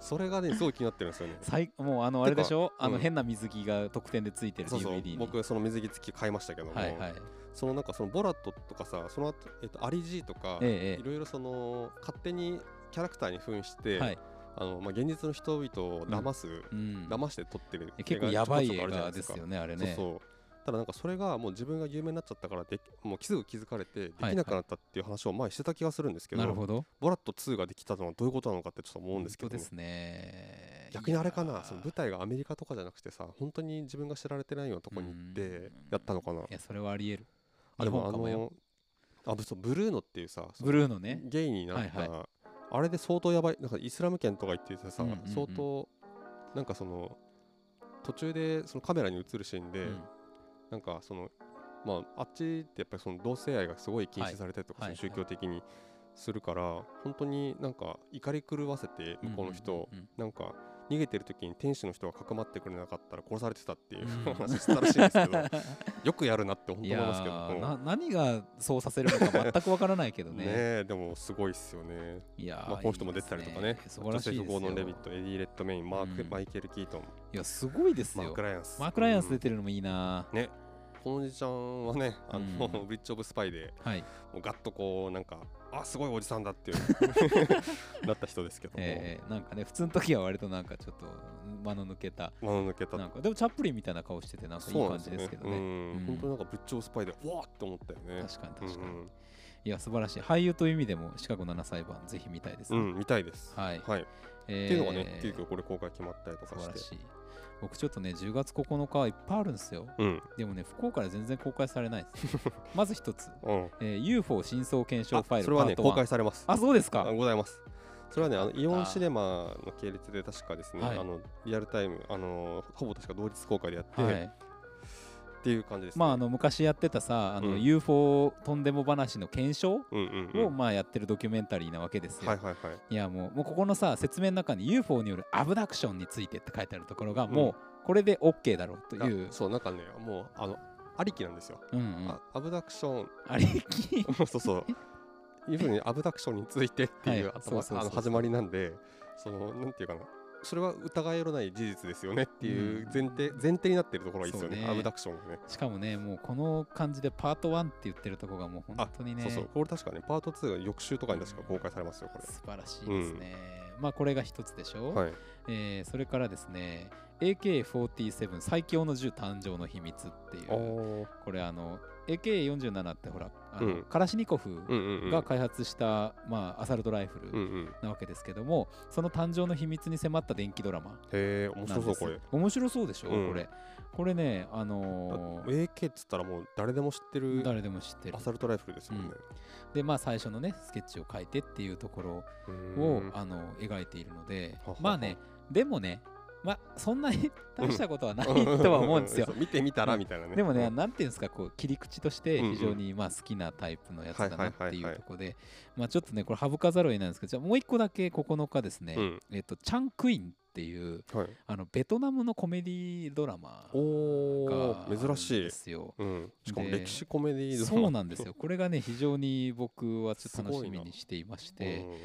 Speaker 2: それがねすごい気になってるんですよね
Speaker 1: 最もうあのあれでしょ
Speaker 2: うん
Speaker 1: あの変な水着が特典でついてる
Speaker 2: そうそう
Speaker 1: DVD に。
Speaker 2: 僕その水着付き買いましたけども、
Speaker 1: はいはい。
Speaker 2: そのなんかそのボラットとかさその後、えっとアリジーとか、
Speaker 1: ええ
Speaker 2: いろいろその勝手にキャラクターに扮して、
Speaker 1: はい
Speaker 2: あのまあ、現実の人々を騙す、
Speaker 1: うん。
Speaker 2: 騙して撮ってる
Speaker 1: え結構やばい映
Speaker 2: ちょこちょこあ
Speaker 1: 画
Speaker 2: るじ
Speaker 1: です
Speaker 2: ゃないか
Speaker 1: よねあれね。
Speaker 2: そうそうただなんかそれがもう自分が有名になっちゃったからでもうすぐ気づかれてできなくなったっていう話を前にしてた気がするんですけど,、
Speaker 1: なるほど。
Speaker 2: ボラット2ができたのはどういうことなのかってちょっと思うんですけど
Speaker 1: 本当ですね。
Speaker 2: 逆にあれかない
Speaker 1: やー
Speaker 2: その舞台がアメリカとかじゃなくてさ本当に自分が知られてないようなとこに行ってやったのかない
Speaker 1: やそれはありえる。
Speaker 2: あでもあ
Speaker 1: 日本かもよ
Speaker 2: のあぶそうブルーノっていうさその
Speaker 1: ブルーのね。
Speaker 2: ゲイになった、
Speaker 1: はい
Speaker 2: あれで相当やばいなんかイスラム圏とか行っててさ、
Speaker 1: うんうんうん
Speaker 2: 相当なんかその途中でそのカメラに映るシーンで、
Speaker 1: うん
Speaker 2: なんかそのまああっちってやっぱりその同性愛がすごい禁止されたりとか、
Speaker 1: はい
Speaker 2: その宗教的にするから、本当になんか怒り狂わせて向こうの人、
Speaker 1: うんうん
Speaker 2: なんか逃げてる時に天使の人がかくまってくれなかったら殺されてたっていう
Speaker 1: うん
Speaker 2: 話してたらしいんですけど よくやるなって本
Speaker 1: い
Speaker 2: 当
Speaker 1: や
Speaker 2: 思いますけど
Speaker 1: ー
Speaker 2: も
Speaker 1: な何がそうさせるのか全くわからないけど
Speaker 2: ね
Speaker 1: ね。
Speaker 2: えでもすごいっすよね
Speaker 1: いやー、
Speaker 2: まあ、この人も出てたりとかね
Speaker 1: いいです素晴らしいですよ。
Speaker 2: ジョセフ・ゴードン・レビットエディ・レッドメインマーク、
Speaker 1: うん
Speaker 2: マイケル・キートン
Speaker 1: いやすごいです
Speaker 2: マー
Speaker 1: よ
Speaker 2: ク・。ライアンス
Speaker 1: マークライアンス
Speaker 2: う
Speaker 1: 出
Speaker 2: ん
Speaker 1: てるのもいいな。
Speaker 2: ねこのおじちゃんはねあの、
Speaker 1: うん
Speaker 2: ブリッジ・オブ・スパイで
Speaker 1: はい。
Speaker 2: もうガッとこうなんかあすごいおじさんだって いうなった人ですけども、
Speaker 1: えーえーなんかね普通の時は割となんかちょっと間の抜けた。
Speaker 2: 間の抜けた
Speaker 1: なんかでもチャップリンみたいな顔しててなんかいい感じですけど
Speaker 2: う
Speaker 1: ね。
Speaker 2: ん
Speaker 1: うん
Speaker 2: 本当になんかブリッジ・オブ・スパイでわーって思ったよね
Speaker 1: 確かに確かに。
Speaker 2: うんうん
Speaker 1: いや素晴らしい俳優という意味でもシカゴ7裁判ぜひ見たいです
Speaker 2: う
Speaker 1: ね、
Speaker 2: ん、見たいです。
Speaker 1: はい
Speaker 2: はい。っていうのがね、急遽これ公開決まったりと
Speaker 1: 素
Speaker 2: か
Speaker 1: 晴
Speaker 2: し
Speaker 1: ら
Speaker 2: て。
Speaker 1: しい僕ちょっとね10月9日はいっぱいあるんですよ
Speaker 2: うん、
Speaker 1: でもね福岡で全然公開されないです まず一つ、
Speaker 2: うん。
Speaker 1: えー UFO 真相検証
Speaker 2: あ
Speaker 1: ファイ
Speaker 2: そ
Speaker 1: ル
Speaker 2: れ
Speaker 1: パ
Speaker 2: はね、
Speaker 1: ート
Speaker 2: 公開
Speaker 1: 1
Speaker 2: されます。
Speaker 1: あそうですか
Speaker 2: あございます。それはね、あのイオ
Speaker 1: あー
Speaker 2: ンシネマの系列で確かですね、
Speaker 1: はい
Speaker 2: あのリアルタイム、あのほぼ確か同日公開でやって、
Speaker 1: は
Speaker 2: っ
Speaker 1: い、
Speaker 2: ていう感じです、ね。
Speaker 1: まああの昔やってたさあの、
Speaker 2: うん
Speaker 1: UFO とんでも話の検証
Speaker 2: うんうんう
Speaker 1: を、
Speaker 2: ん。
Speaker 1: まあやってるドキュメンタリーなわけですよ、
Speaker 2: はいはいはい。
Speaker 1: いやもうもうここのさ説明の中に UFO によるアブダクションについてって書いてあるところがもうこれで OK だろうという
Speaker 2: あ、そう、なんかね、もう、あの、ありきなんですよ。
Speaker 1: うんうん、
Speaker 2: あアブダクション、
Speaker 1: あれき
Speaker 2: そうそう。いうふうにアブダクションについてっていう
Speaker 1: はいそ
Speaker 2: 頭
Speaker 1: うそうそうそう
Speaker 2: あの始まりなんで、その、なんていうかな。それは疑いようのない事実ですよねっていう前提、前提になってるところがいいですよね、
Speaker 1: そうね
Speaker 2: アブダクションがね。
Speaker 1: しかもねもうこの感じでパート1って言ってるとこがもう本当にね
Speaker 2: そうそう、これ確かね、パート2が翌週とかに確か公開されますよ、これ。
Speaker 1: 素晴らしいですね、まあこれが一つでしょ、
Speaker 2: はい、
Speaker 1: えーそれからですね AK47 最強の銃誕生の秘密っていう
Speaker 2: あー
Speaker 1: これあの AK47 ってほらあの、
Speaker 2: うん
Speaker 1: カラシニコフ
Speaker 2: うんうんうん、
Speaker 1: が開発した、まあ、アサルトライフル、
Speaker 2: うんうん、へ
Speaker 1: なわけですけどもその誕生の秘密に迫った電気ドラマ
Speaker 2: え面
Speaker 1: なん
Speaker 2: 白
Speaker 1: です
Speaker 2: そうこれ
Speaker 1: 面白そうでしょ、
Speaker 2: うん
Speaker 1: これこれねあのー
Speaker 2: AK っつったらもう誰でも知ってる
Speaker 1: 誰でも知ってる
Speaker 2: アサルトライフルですもんね、
Speaker 1: でまあ最初のねスケッチを書いてっていうところ
Speaker 2: う
Speaker 1: を、
Speaker 2: ーん
Speaker 1: あの描いているので
Speaker 2: ははは
Speaker 1: まあねでもねまあそんなに 大したことはないとは思うんですよ
Speaker 2: そ見てみたら
Speaker 1: うん
Speaker 2: みたいなね
Speaker 1: でもね、
Speaker 2: う
Speaker 1: なんていうんですか、こう切り口として非常にまあ好きなタイプのやつだなっていうところで、まあちょっとね、これ省かざるを得ないんですけど、じゃあもう一個だけ9日ですね、
Speaker 2: うん
Speaker 1: えっと、チャンクインっていう、
Speaker 2: んはい、
Speaker 1: あのベトナムのコメディドラマ
Speaker 2: お
Speaker 1: が
Speaker 2: お珍
Speaker 1: あるん
Speaker 2: しい
Speaker 1: で、すよ。
Speaker 2: うん、しかも
Speaker 1: で
Speaker 2: 歴史コメディー
Speaker 1: そうなんですよ。これがね非常に僕はちょっと楽
Speaker 2: す
Speaker 1: し
Speaker 2: ごい
Speaker 1: み
Speaker 2: な
Speaker 1: にしていまし
Speaker 2: で、
Speaker 1: て
Speaker 2: うん、はい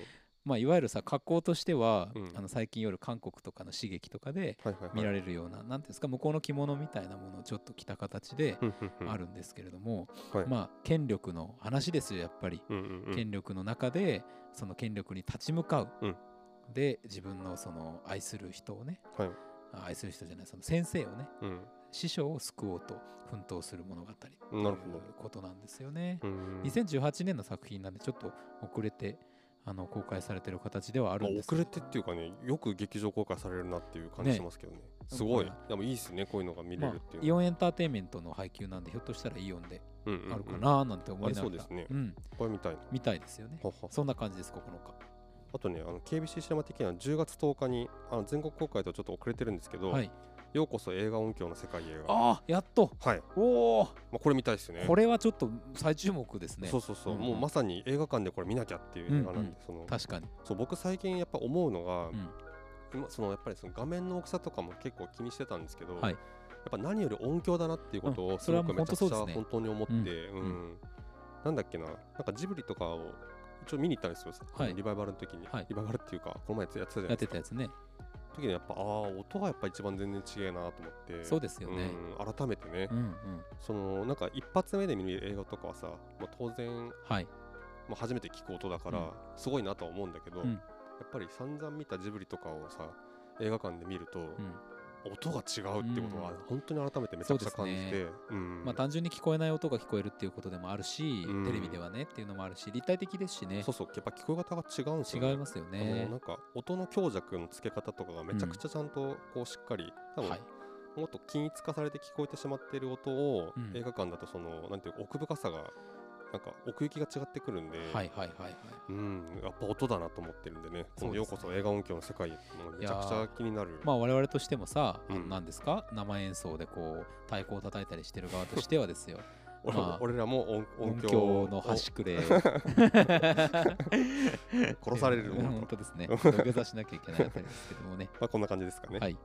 Speaker 1: まあいわゆるさ格好としては、
Speaker 2: うん
Speaker 1: あの最近夜韓国とかの刺激とかで
Speaker 2: はいはい
Speaker 1: 見られるような、なんていうんですか向こうの着物みたいなものをちょっと着た形で
Speaker 2: うんうんうん
Speaker 1: あるんですけれども、
Speaker 2: はい
Speaker 1: まあ権力の話ですよやっぱり、
Speaker 2: うんうんうん
Speaker 1: 権力の中でその権力に立ち向かう、
Speaker 2: うん
Speaker 1: で自分のその愛する人をね、
Speaker 2: はい
Speaker 1: あ愛する人じゃないその先生をね
Speaker 2: う
Speaker 1: 師匠を救おうと奮闘する物語とい
Speaker 2: んなる
Speaker 1: う
Speaker 2: ほど
Speaker 1: ことなんですよね。
Speaker 2: ん
Speaker 1: 2018年の作品なんでちょっと遅れてあの公開されてる形ではあ
Speaker 2: ま
Speaker 1: る
Speaker 2: あ
Speaker 1: んです
Speaker 2: 遅れてっていうかねよく劇場公開されるなっていう感じ
Speaker 1: ね
Speaker 2: しますけどねすごい
Speaker 1: だか
Speaker 2: でもいいですねこういうのが見れ
Speaker 1: ま
Speaker 2: るっ
Speaker 1: あ、
Speaker 2: ていう
Speaker 1: イ
Speaker 2: のは、
Speaker 1: オンエンターテインメントの配給なんでひょっとしたらイオンで
Speaker 2: うんうんうん
Speaker 1: あるかなーなんて思いながら、
Speaker 2: ありそうですね
Speaker 1: ん、
Speaker 2: これみたいな
Speaker 1: 見たいですよね。
Speaker 2: はは
Speaker 1: そんな感じです9
Speaker 2: あとねあの KBC シネマ的には10月10日にあの全国公開とはちょっと遅れてるんですけ
Speaker 1: 日。
Speaker 2: ど、
Speaker 1: はい、
Speaker 2: ようこそ映画音響の世界へが
Speaker 1: ああやっと
Speaker 2: はい、ま
Speaker 1: おお、
Speaker 2: あ、これ見たいですね
Speaker 1: これはちょっと最注目ですね
Speaker 2: そう。そうそう、
Speaker 1: うんうん
Speaker 2: もうまさに映画館でこれ見なきゃっていう映画なん
Speaker 1: うん
Speaker 2: で、
Speaker 1: うん
Speaker 2: その
Speaker 1: 確かに。
Speaker 2: そう僕最近やっぱ思うのが、
Speaker 1: ん
Speaker 2: 今そのやっぱりその画面の大きさとかも結構気にしてたんですけど、
Speaker 1: はい
Speaker 2: やっぱ何より音響だなっていうこと
Speaker 1: うん
Speaker 2: を
Speaker 1: そ
Speaker 2: す
Speaker 1: れは
Speaker 2: ご
Speaker 1: もう
Speaker 2: くめちゃくちゃ
Speaker 1: 本当そうですね
Speaker 2: 本当に思って、
Speaker 1: う
Speaker 2: うんんなんだっけななんかジブリとかを一応見に行ったんですよ、
Speaker 1: はい
Speaker 2: リバイバルの時に、
Speaker 1: はい
Speaker 2: リバイバルっていうかこの前やってたじゃな
Speaker 1: や
Speaker 2: い
Speaker 1: って
Speaker 2: ですか
Speaker 1: たやつね。
Speaker 2: 時にやっぱああ音がやっぱ一番全然違えなと思って
Speaker 1: そうですよね
Speaker 2: うん改めてね、
Speaker 1: うんうん。
Speaker 2: そのなんか一発目で見る映画とかはさ、まあ、当然、
Speaker 1: はい。
Speaker 2: まあ、初めて聞く音だから、
Speaker 1: うん
Speaker 2: すごいなとは思うんだけど、
Speaker 1: うん
Speaker 2: やっぱり散々見たジブリとかをさ映画館で見ると、
Speaker 1: うん。
Speaker 2: 音が違うってことは
Speaker 1: うん
Speaker 2: 本当に改めてめちゃくちゃ
Speaker 1: そう
Speaker 2: 感
Speaker 1: で
Speaker 2: じ
Speaker 1: すね
Speaker 2: て、うん
Speaker 1: まあ、単純に聞こえない音が聞こえるっていうことでもあるし、
Speaker 2: うん
Speaker 1: テレビではねっていうのもあるし立体的ですしね
Speaker 2: そうそうやっぱ聞こえ方が違うんですよ、ね、
Speaker 1: 違いますよ
Speaker 2: あ
Speaker 1: ね
Speaker 2: のなんか音の強弱の付け方とかがめちゃくちゃちゃんとこうしっかり、多分
Speaker 1: はい
Speaker 2: もっと均一化されて聞こえてしまっている音を、
Speaker 1: うん
Speaker 2: 映画館だとそのなんていうか奥深さがなんか奥行きが違ってくるんで、
Speaker 1: はいはいはいはい
Speaker 2: うんやっぱ音だなと思ってるんでねこ
Speaker 1: そうです
Speaker 2: の「
Speaker 1: ね
Speaker 2: ようこそ映画音響の世界へ」もうめちゃくち
Speaker 1: いや
Speaker 2: ゃ
Speaker 1: ー
Speaker 2: 気になる、
Speaker 1: まあ我々としてもさ、あの
Speaker 2: うん
Speaker 1: 何ですか生演奏でこう太鼓を叩いたりしてる側としてはですよ
Speaker 2: 俺
Speaker 1: まあ
Speaker 2: も俺らも音
Speaker 1: 音
Speaker 2: 音響
Speaker 1: 響の
Speaker 2: を
Speaker 1: 端く れ
Speaker 2: 殺されるものと
Speaker 1: 本当ですね土下座しなきゃいけないあたりですけどもね
Speaker 2: まあ、こんな感じですか ね、
Speaker 1: はい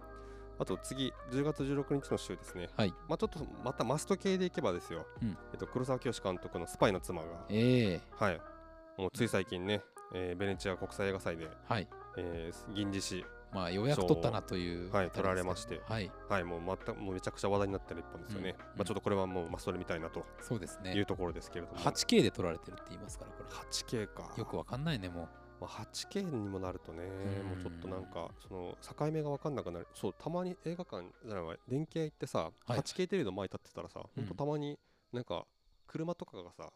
Speaker 2: あと次10月16日の週ですね、
Speaker 1: はい
Speaker 2: まあ、ちょっとまたマスト系でいけばですよ、
Speaker 1: うん
Speaker 2: えっと、黒沢清監督の「スパイの妻が」
Speaker 1: ええ
Speaker 2: はい、もうつい最近ね、えーベネチア国際映画祭で、
Speaker 1: はい
Speaker 2: えー銀獅子、
Speaker 1: まあようやく取ったなという
Speaker 2: はい
Speaker 1: あたりですけど
Speaker 2: 取られまして
Speaker 1: はい
Speaker 2: はい、もうまたもうめちゃくちゃ話題になってる一本ですよね、
Speaker 1: うん
Speaker 2: まあ、ちょっとこれはもうマストで見たいなと
Speaker 1: そうです
Speaker 2: い
Speaker 1: ね
Speaker 2: うところですけれども、
Speaker 1: 8K で取られてるって言いますからこれ
Speaker 2: 8K か
Speaker 1: よくわかんないねも
Speaker 2: まあ、8K にもなるとね、
Speaker 1: ん
Speaker 2: もうちょっとなんかその境目が分かんなくなるそうたまに映画館じゃないわ電気屋行ってさ、
Speaker 1: はい
Speaker 2: 8K テレビの前に立ってたらさ、
Speaker 1: うん
Speaker 2: ほんとたまになんか車とかがさ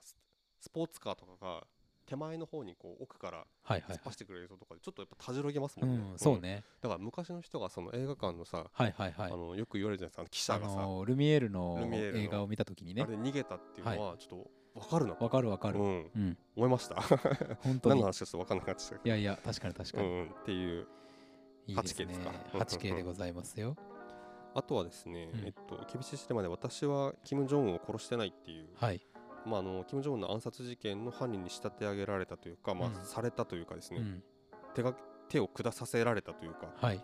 Speaker 2: スポーツカーとかが手前の方にこう奥から
Speaker 1: はいはい
Speaker 2: 突っ
Speaker 1: はい
Speaker 2: 走ってくる映像とかでちょっとやっぱたじろげます
Speaker 1: う
Speaker 2: もんね、
Speaker 1: んそうね、
Speaker 2: だから昔の人がその映画館のさ、
Speaker 1: はいはいはい
Speaker 2: あのよく言われるじゃないですかあの記
Speaker 1: あ
Speaker 2: 者がさ、
Speaker 1: のルミエールの
Speaker 2: ルミエールの
Speaker 1: 映画を見た時に
Speaker 2: あ
Speaker 1: ね
Speaker 2: れ逃げたっていうのはちょっとわかるな、
Speaker 1: わかるわか
Speaker 2: う
Speaker 1: る
Speaker 2: ん、
Speaker 1: うん
Speaker 2: 思いました
Speaker 1: 本当
Speaker 2: 何
Speaker 1: に
Speaker 2: の話かちょっとわかんなくなっちゃ
Speaker 1: い
Speaker 2: ったけ
Speaker 1: やいや確かに確
Speaker 2: ど、
Speaker 1: か
Speaker 2: う
Speaker 1: に、
Speaker 2: んうん、っていう
Speaker 1: いいですね
Speaker 2: 8K ですか
Speaker 1: 8K でございますよ
Speaker 2: あとはですね、
Speaker 1: うん
Speaker 2: えっと厳しいシテマで私はキム・ジョンウンを殺してないっていう、
Speaker 1: はい
Speaker 2: まあ、あのキム・ジョンウンの暗殺事件の犯人に仕立て上げられたというか、まあ
Speaker 1: うん
Speaker 2: されたというかですね、
Speaker 1: うん
Speaker 2: 手が手を下させられたというか
Speaker 1: はい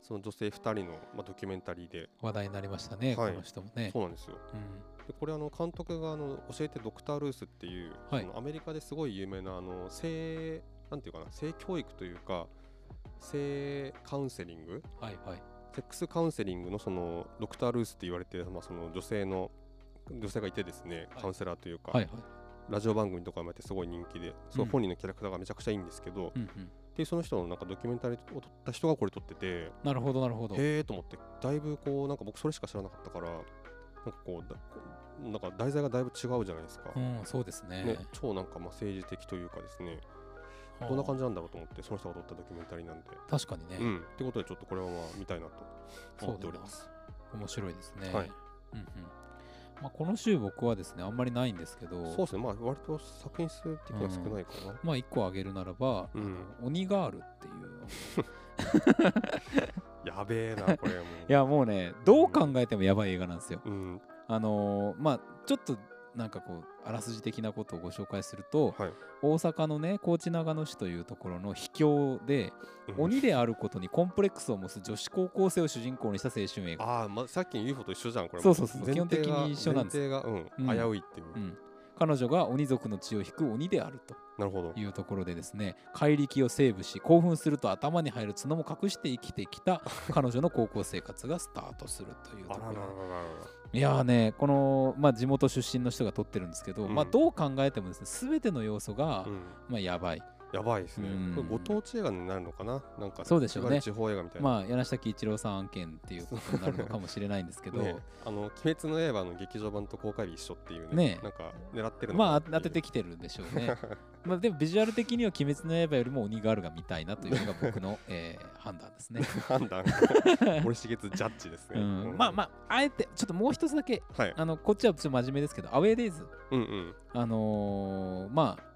Speaker 2: その女性2人の、まあ、ドキュメンタリーで、
Speaker 1: 話題になりましたね、
Speaker 2: はい
Speaker 1: この人もね
Speaker 2: そうなんですよ
Speaker 1: うん
Speaker 2: でこれあの監督があの教えてドクター・ルースっていう、
Speaker 1: はい
Speaker 2: そのアメリカですごい有名なあの性なんていうかな性教育というか性カウンセリング
Speaker 1: はいはい
Speaker 2: セックスカウンセリングのそのドクター・ルースって言われてる、まあ、その女性の女性がいてですね、
Speaker 1: はい
Speaker 2: カウンセラーというか、
Speaker 1: はいはい
Speaker 2: ラジオ番組とかもやってすごい人気でその
Speaker 1: うん
Speaker 2: 本人のキャラクターがめちゃくちゃいいんですけど、
Speaker 1: うんうん
Speaker 2: でその人のなんかドキュメンタリーを撮った人がこれ撮ってて
Speaker 1: なるほどなるほど
Speaker 2: へえと思ってだいぶこうなんか僕それしか知らなかったからなんかこうだなんか題材がだいぶ違うじゃないですか、
Speaker 1: うんそうですね
Speaker 2: ね、超なんかまあ政治的というかですねどんな感じなんだろうと思ってその人が撮ったドキュメンタリーなんで、
Speaker 1: じ確かにね、
Speaker 2: うんってことでちょっとこれはまあ見たいなと思っております
Speaker 1: 面白いですね、
Speaker 2: はい
Speaker 1: うんうんまあ、この週僕はですねあんまりないんですけど
Speaker 2: そうですねまあ割と作品数的には少ないかな、
Speaker 1: まあ1個挙げるならば、
Speaker 2: うん
Speaker 1: あの鬼ガールっていう
Speaker 2: やべえなこれもう
Speaker 1: いやもうねどう考えてもやばい映画なんですよ
Speaker 2: うん
Speaker 1: あのーまあちょっとなんかこうあらすじ的なことをご紹介すると、
Speaker 2: はい
Speaker 1: 大阪のね高知長野市というところの秘境で、
Speaker 2: うん
Speaker 1: 鬼であることにコンプレックスを持つ女子高校生を主人公にした青春映画、
Speaker 2: ああ、ま、さっきの UFO と一緒じゃんこれ
Speaker 1: そうそうそう
Speaker 2: 前提が
Speaker 1: 基本的に一緒なんです
Speaker 2: 前提が、うん
Speaker 1: うん
Speaker 2: 危ういっていう、
Speaker 1: うん、彼女が鬼族の血を引く鬼であると
Speaker 2: なるほど
Speaker 1: いうところでですね怪力をセーブし興奮すると頭に入る角も隠して生きてき た彼女の高校生活がスタートするという
Speaker 2: あ
Speaker 1: と
Speaker 2: ら
Speaker 1: こ
Speaker 2: らららら
Speaker 1: ろいやーねこの、まあ、地元出身の人が撮ってるんですけど、
Speaker 2: うん
Speaker 1: まあ、どう考えてもですね全ての要素が、
Speaker 2: うん、
Speaker 1: まあ、やばい
Speaker 2: やばいですね、
Speaker 1: うん
Speaker 2: これご当地映画になるのかななんか
Speaker 1: そうでしょうね
Speaker 2: いわゆる地方映画みたいな、
Speaker 1: まあ、柳下喜一郎さん案件っていうことになるのかもしれないんですけど、
Speaker 2: ね、あの「鬼滅の刃」の劇場版と公開日一緒っていうね
Speaker 1: ね
Speaker 2: なんか狙ってるの
Speaker 1: まあ
Speaker 2: かな
Speaker 1: 当てて
Speaker 2: き
Speaker 1: きてるんでしょうね。まあでもビジュアル的には「鬼滅の刃」よりも鬼ガールが見たいなというのが僕の、えー判断 ですね。
Speaker 2: 判断森重ジャッジですね、
Speaker 1: うん、まあまああえてちょっともう一つだけ
Speaker 2: あはい
Speaker 1: あのこっちはちょっと真面目ですけどアウェーデイズ
Speaker 2: うんうん
Speaker 1: あのーまあ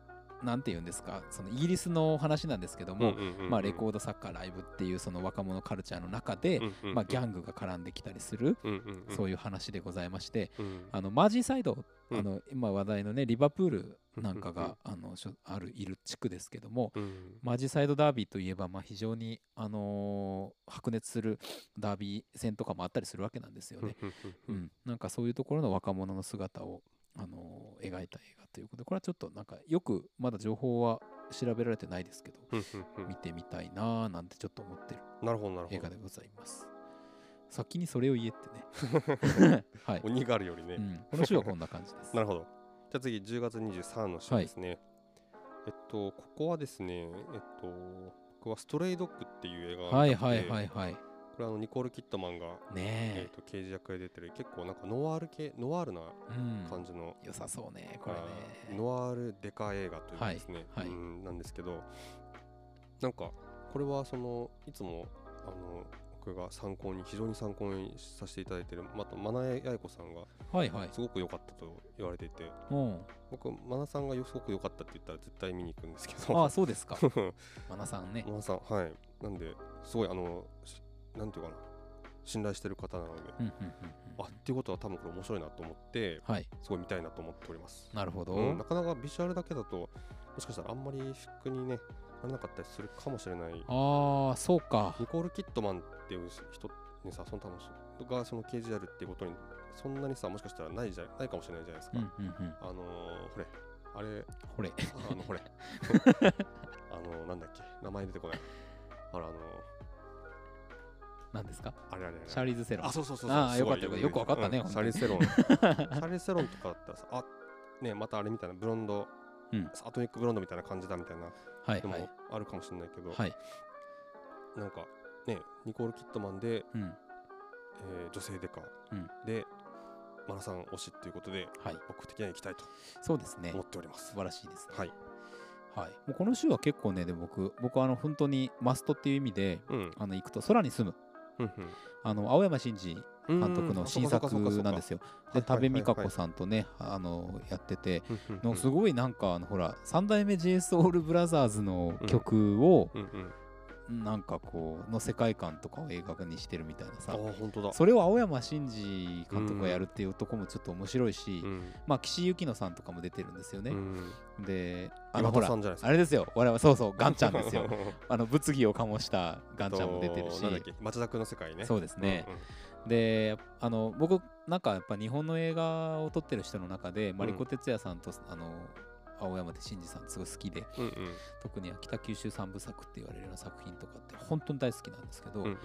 Speaker 1: なんて言うんですかそのイギリスの話なんですけども、
Speaker 2: うんうんうんうん
Speaker 1: まあ、レコードサッカーライブっていうその若者カルチャーの中で、
Speaker 2: うんうんうん
Speaker 1: まあ、ギャングが絡んできたりする、
Speaker 2: うんうんうん
Speaker 1: そういう話でございまして
Speaker 2: うん
Speaker 1: あのマージーサイド、
Speaker 2: うん
Speaker 1: あの今話題のねリバプールなんか
Speaker 2: うんうん
Speaker 1: が、あのしょあるいる地区ですけども、
Speaker 2: うん
Speaker 1: マージーサイドダービーといえば、まあ、非常に、あのー白熱するダービー戦とかもあったりするわけなんですよね。
Speaker 2: うんうん
Speaker 1: う
Speaker 2: うん
Speaker 1: ん、なんかそういうところの若者の姿を、あのー描いた映画ということでこれはちょっとなんかよくまだ情報は調べられてないですけど
Speaker 2: うんうん
Speaker 1: 見てみたいなーなんてちょっと思ってる
Speaker 2: うんなるほどなるほ
Speaker 1: 映
Speaker 2: ど
Speaker 1: 画でございます。先にそれを言えって ね。はい、
Speaker 2: 鬼があるよりね、
Speaker 1: うん。この週はこんな感じ です。
Speaker 2: なるほど。じゃあ次、10月23の週ですね。えっと、ここはですね、えっと、僕はストレイドッグっていう映画が
Speaker 1: は
Speaker 2: あっ
Speaker 1: い
Speaker 2: て
Speaker 1: はいはいはい。
Speaker 2: これはあのニコール・キットマンが、え
Speaker 1: ね
Speaker 2: っと、刑事役で出てる、結構なんかノワール系、ノワールな
Speaker 1: え。うん。
Speaker 2: 感じの、
Speaker 1: 良さそうね、これ
Speaker 2: あー
Speaker 1: ね。
Speaker 2: ノワールデカ映画というかですね、
Speaker 1: はいはい
Speaker 2: うんなんですけど、なんか、これはその、いつも、あの、僕が参考に非常に参考にさせていただいているまたマナヤヤイコさんが
Speaker 1: はいはい。
Speaker 2: すごく良かったと言われていて、
Speaker 1: うん。
Speaker 2: 僕マナさんがよすごく良かったって言ったら絶対見に行くんですけ
Speaker 1: あ
Speaker 2: ど
Speaker 1: あ、そうです か。
Speaker 2: マ
Speaker 1: マナさんね。
Speaker 2: ナさんはいなんですごいあのしなんていうかな信頼してる方なので、
Speaker 1: うんうんうんうん。
Speaker 2: あっていうことは多分これ面白いなと思って
Speaker 1: はい。
Speaker 2: すごい見たいなと思っております、
Speaker 1: なるほど。
Speaker 2: うんなかなかビジュアルだけだともしかしたらあんまり服にねなれなかったりするかもしれない
Speaker 1: ああ、そうか。
Speaker 2: ニコール・キットマンっていう人にさその多分そがその刑事やるっていうことにそんなにさもしかしたらないじゃないかもしれないじゃないです
Speaker 1: う
Speaker 2: か、
Speaker 1: んうんうん。
Speaker 2: あのーほれ あれ
Speaker 1: これ。
Speaker 2: あの、ほれ。あの、なんだっけ、名前出てこない。あら、あの、
Speaker 1: 何ですか
Speaker 2: あれあれあれ。
Speaker 1: シャーリーズ・セロン
Speaker 2: あ、。そうそうそうそう。
Speaker 1: あー
Speaker 2: すごい
Speaker 1: よかったよかったよくわかったね
Speaker 2: うんシャー
Speaker 1: 本
Speaker 2: リー
Speaker 1: 当
Speaker 2: ズセロン。シ ャーリーズセロンとかだったらさ、あ、ね、またあれみたいな、ブロンド、
Speaker 1: うん
Speaker 2: アトミックブロンドみたいな感じだみたいな、
Speaker 1: はい
Speaker 2: で
Speaker 1: は
Speaker 2: も
Speaker 1: い。
Speaker 2: あるかもしれないけど、
Speaker 1: はい。
Speaker 2: なんか、ね、ニコール・キットマンで、
Speaker 1: うん。
Speaker 2: えー女性デカ、
Speaker 1: うん
Speaker 2: で、マラさん推しっていうことで
Speaker 1: はい、
Speaker 2: 僕的には行きたいと
Speaker 1: そうですね
Speaker 2: 思。っております
Speaker 1: 素。晴らしいですね。
Speaker 2: はい。
Speaker 1: はい、もうこの週は結構ね、でも僕、僕はあの本当にマストっていう意味で、
Speaker 2: うん。
Speaker 1: あの行くと空に住む、あの青山真司
Speaker 2: うん
Speaker 1: 監督の新作なんです
Speaker 2: よ。
Speaker 1: よ。
Speaker 2: は
Speaker 1: で、
Speaker 2: いは
Speaker 1: 多
Speaker 2: い
Speaker 1: 部未華子さんとね、あのやってて、
Speaker 2: うんうん
Speaker 1: のすごいなんかあのほら三代目 j s o u l b r o t h e r s の曲を
Speaker 2: うんうん。
Speaker 1: なんかこうの世界観とかを映画にしてるみたいな
Speaker 2: あ
Speaker 1: さ
Speaker 2: あ本当だ。
Speaker 1: それを青山真司監督がやるっていうとこもちょっと面白いし、
Speaker 2: うん
Speaker 1: まあ岸井ゆきのさんとかも出てるんですよね
Speaker 2: う、ん
Speaker 1: であの
Speaker 2: 岩
Speaker 1: ほ
Speaker 2: 田
Speaker 1: ら
Speaker 2: さんじゃないですか。
Speaker 1: あれですよ我々そうそうガンちゃんです よ
Speaker 2: と。
Speaker 1: あの物議を醸したガンちゃんも出てる し
Speaker 2: なんだっけ町田君の世界ね。
Speaker 1: そうですね、であの僕なんかやっぱ日本の映画を撮ってる人の中でマリコ哲也さんと、あの青山で真司さんすごい好きで
Speaker 2: うんうん。うん
Speaker 1: 特に北九州三部作って言われるような作品とかって本当に大好きなんですけど、
Speaker 2: うんうん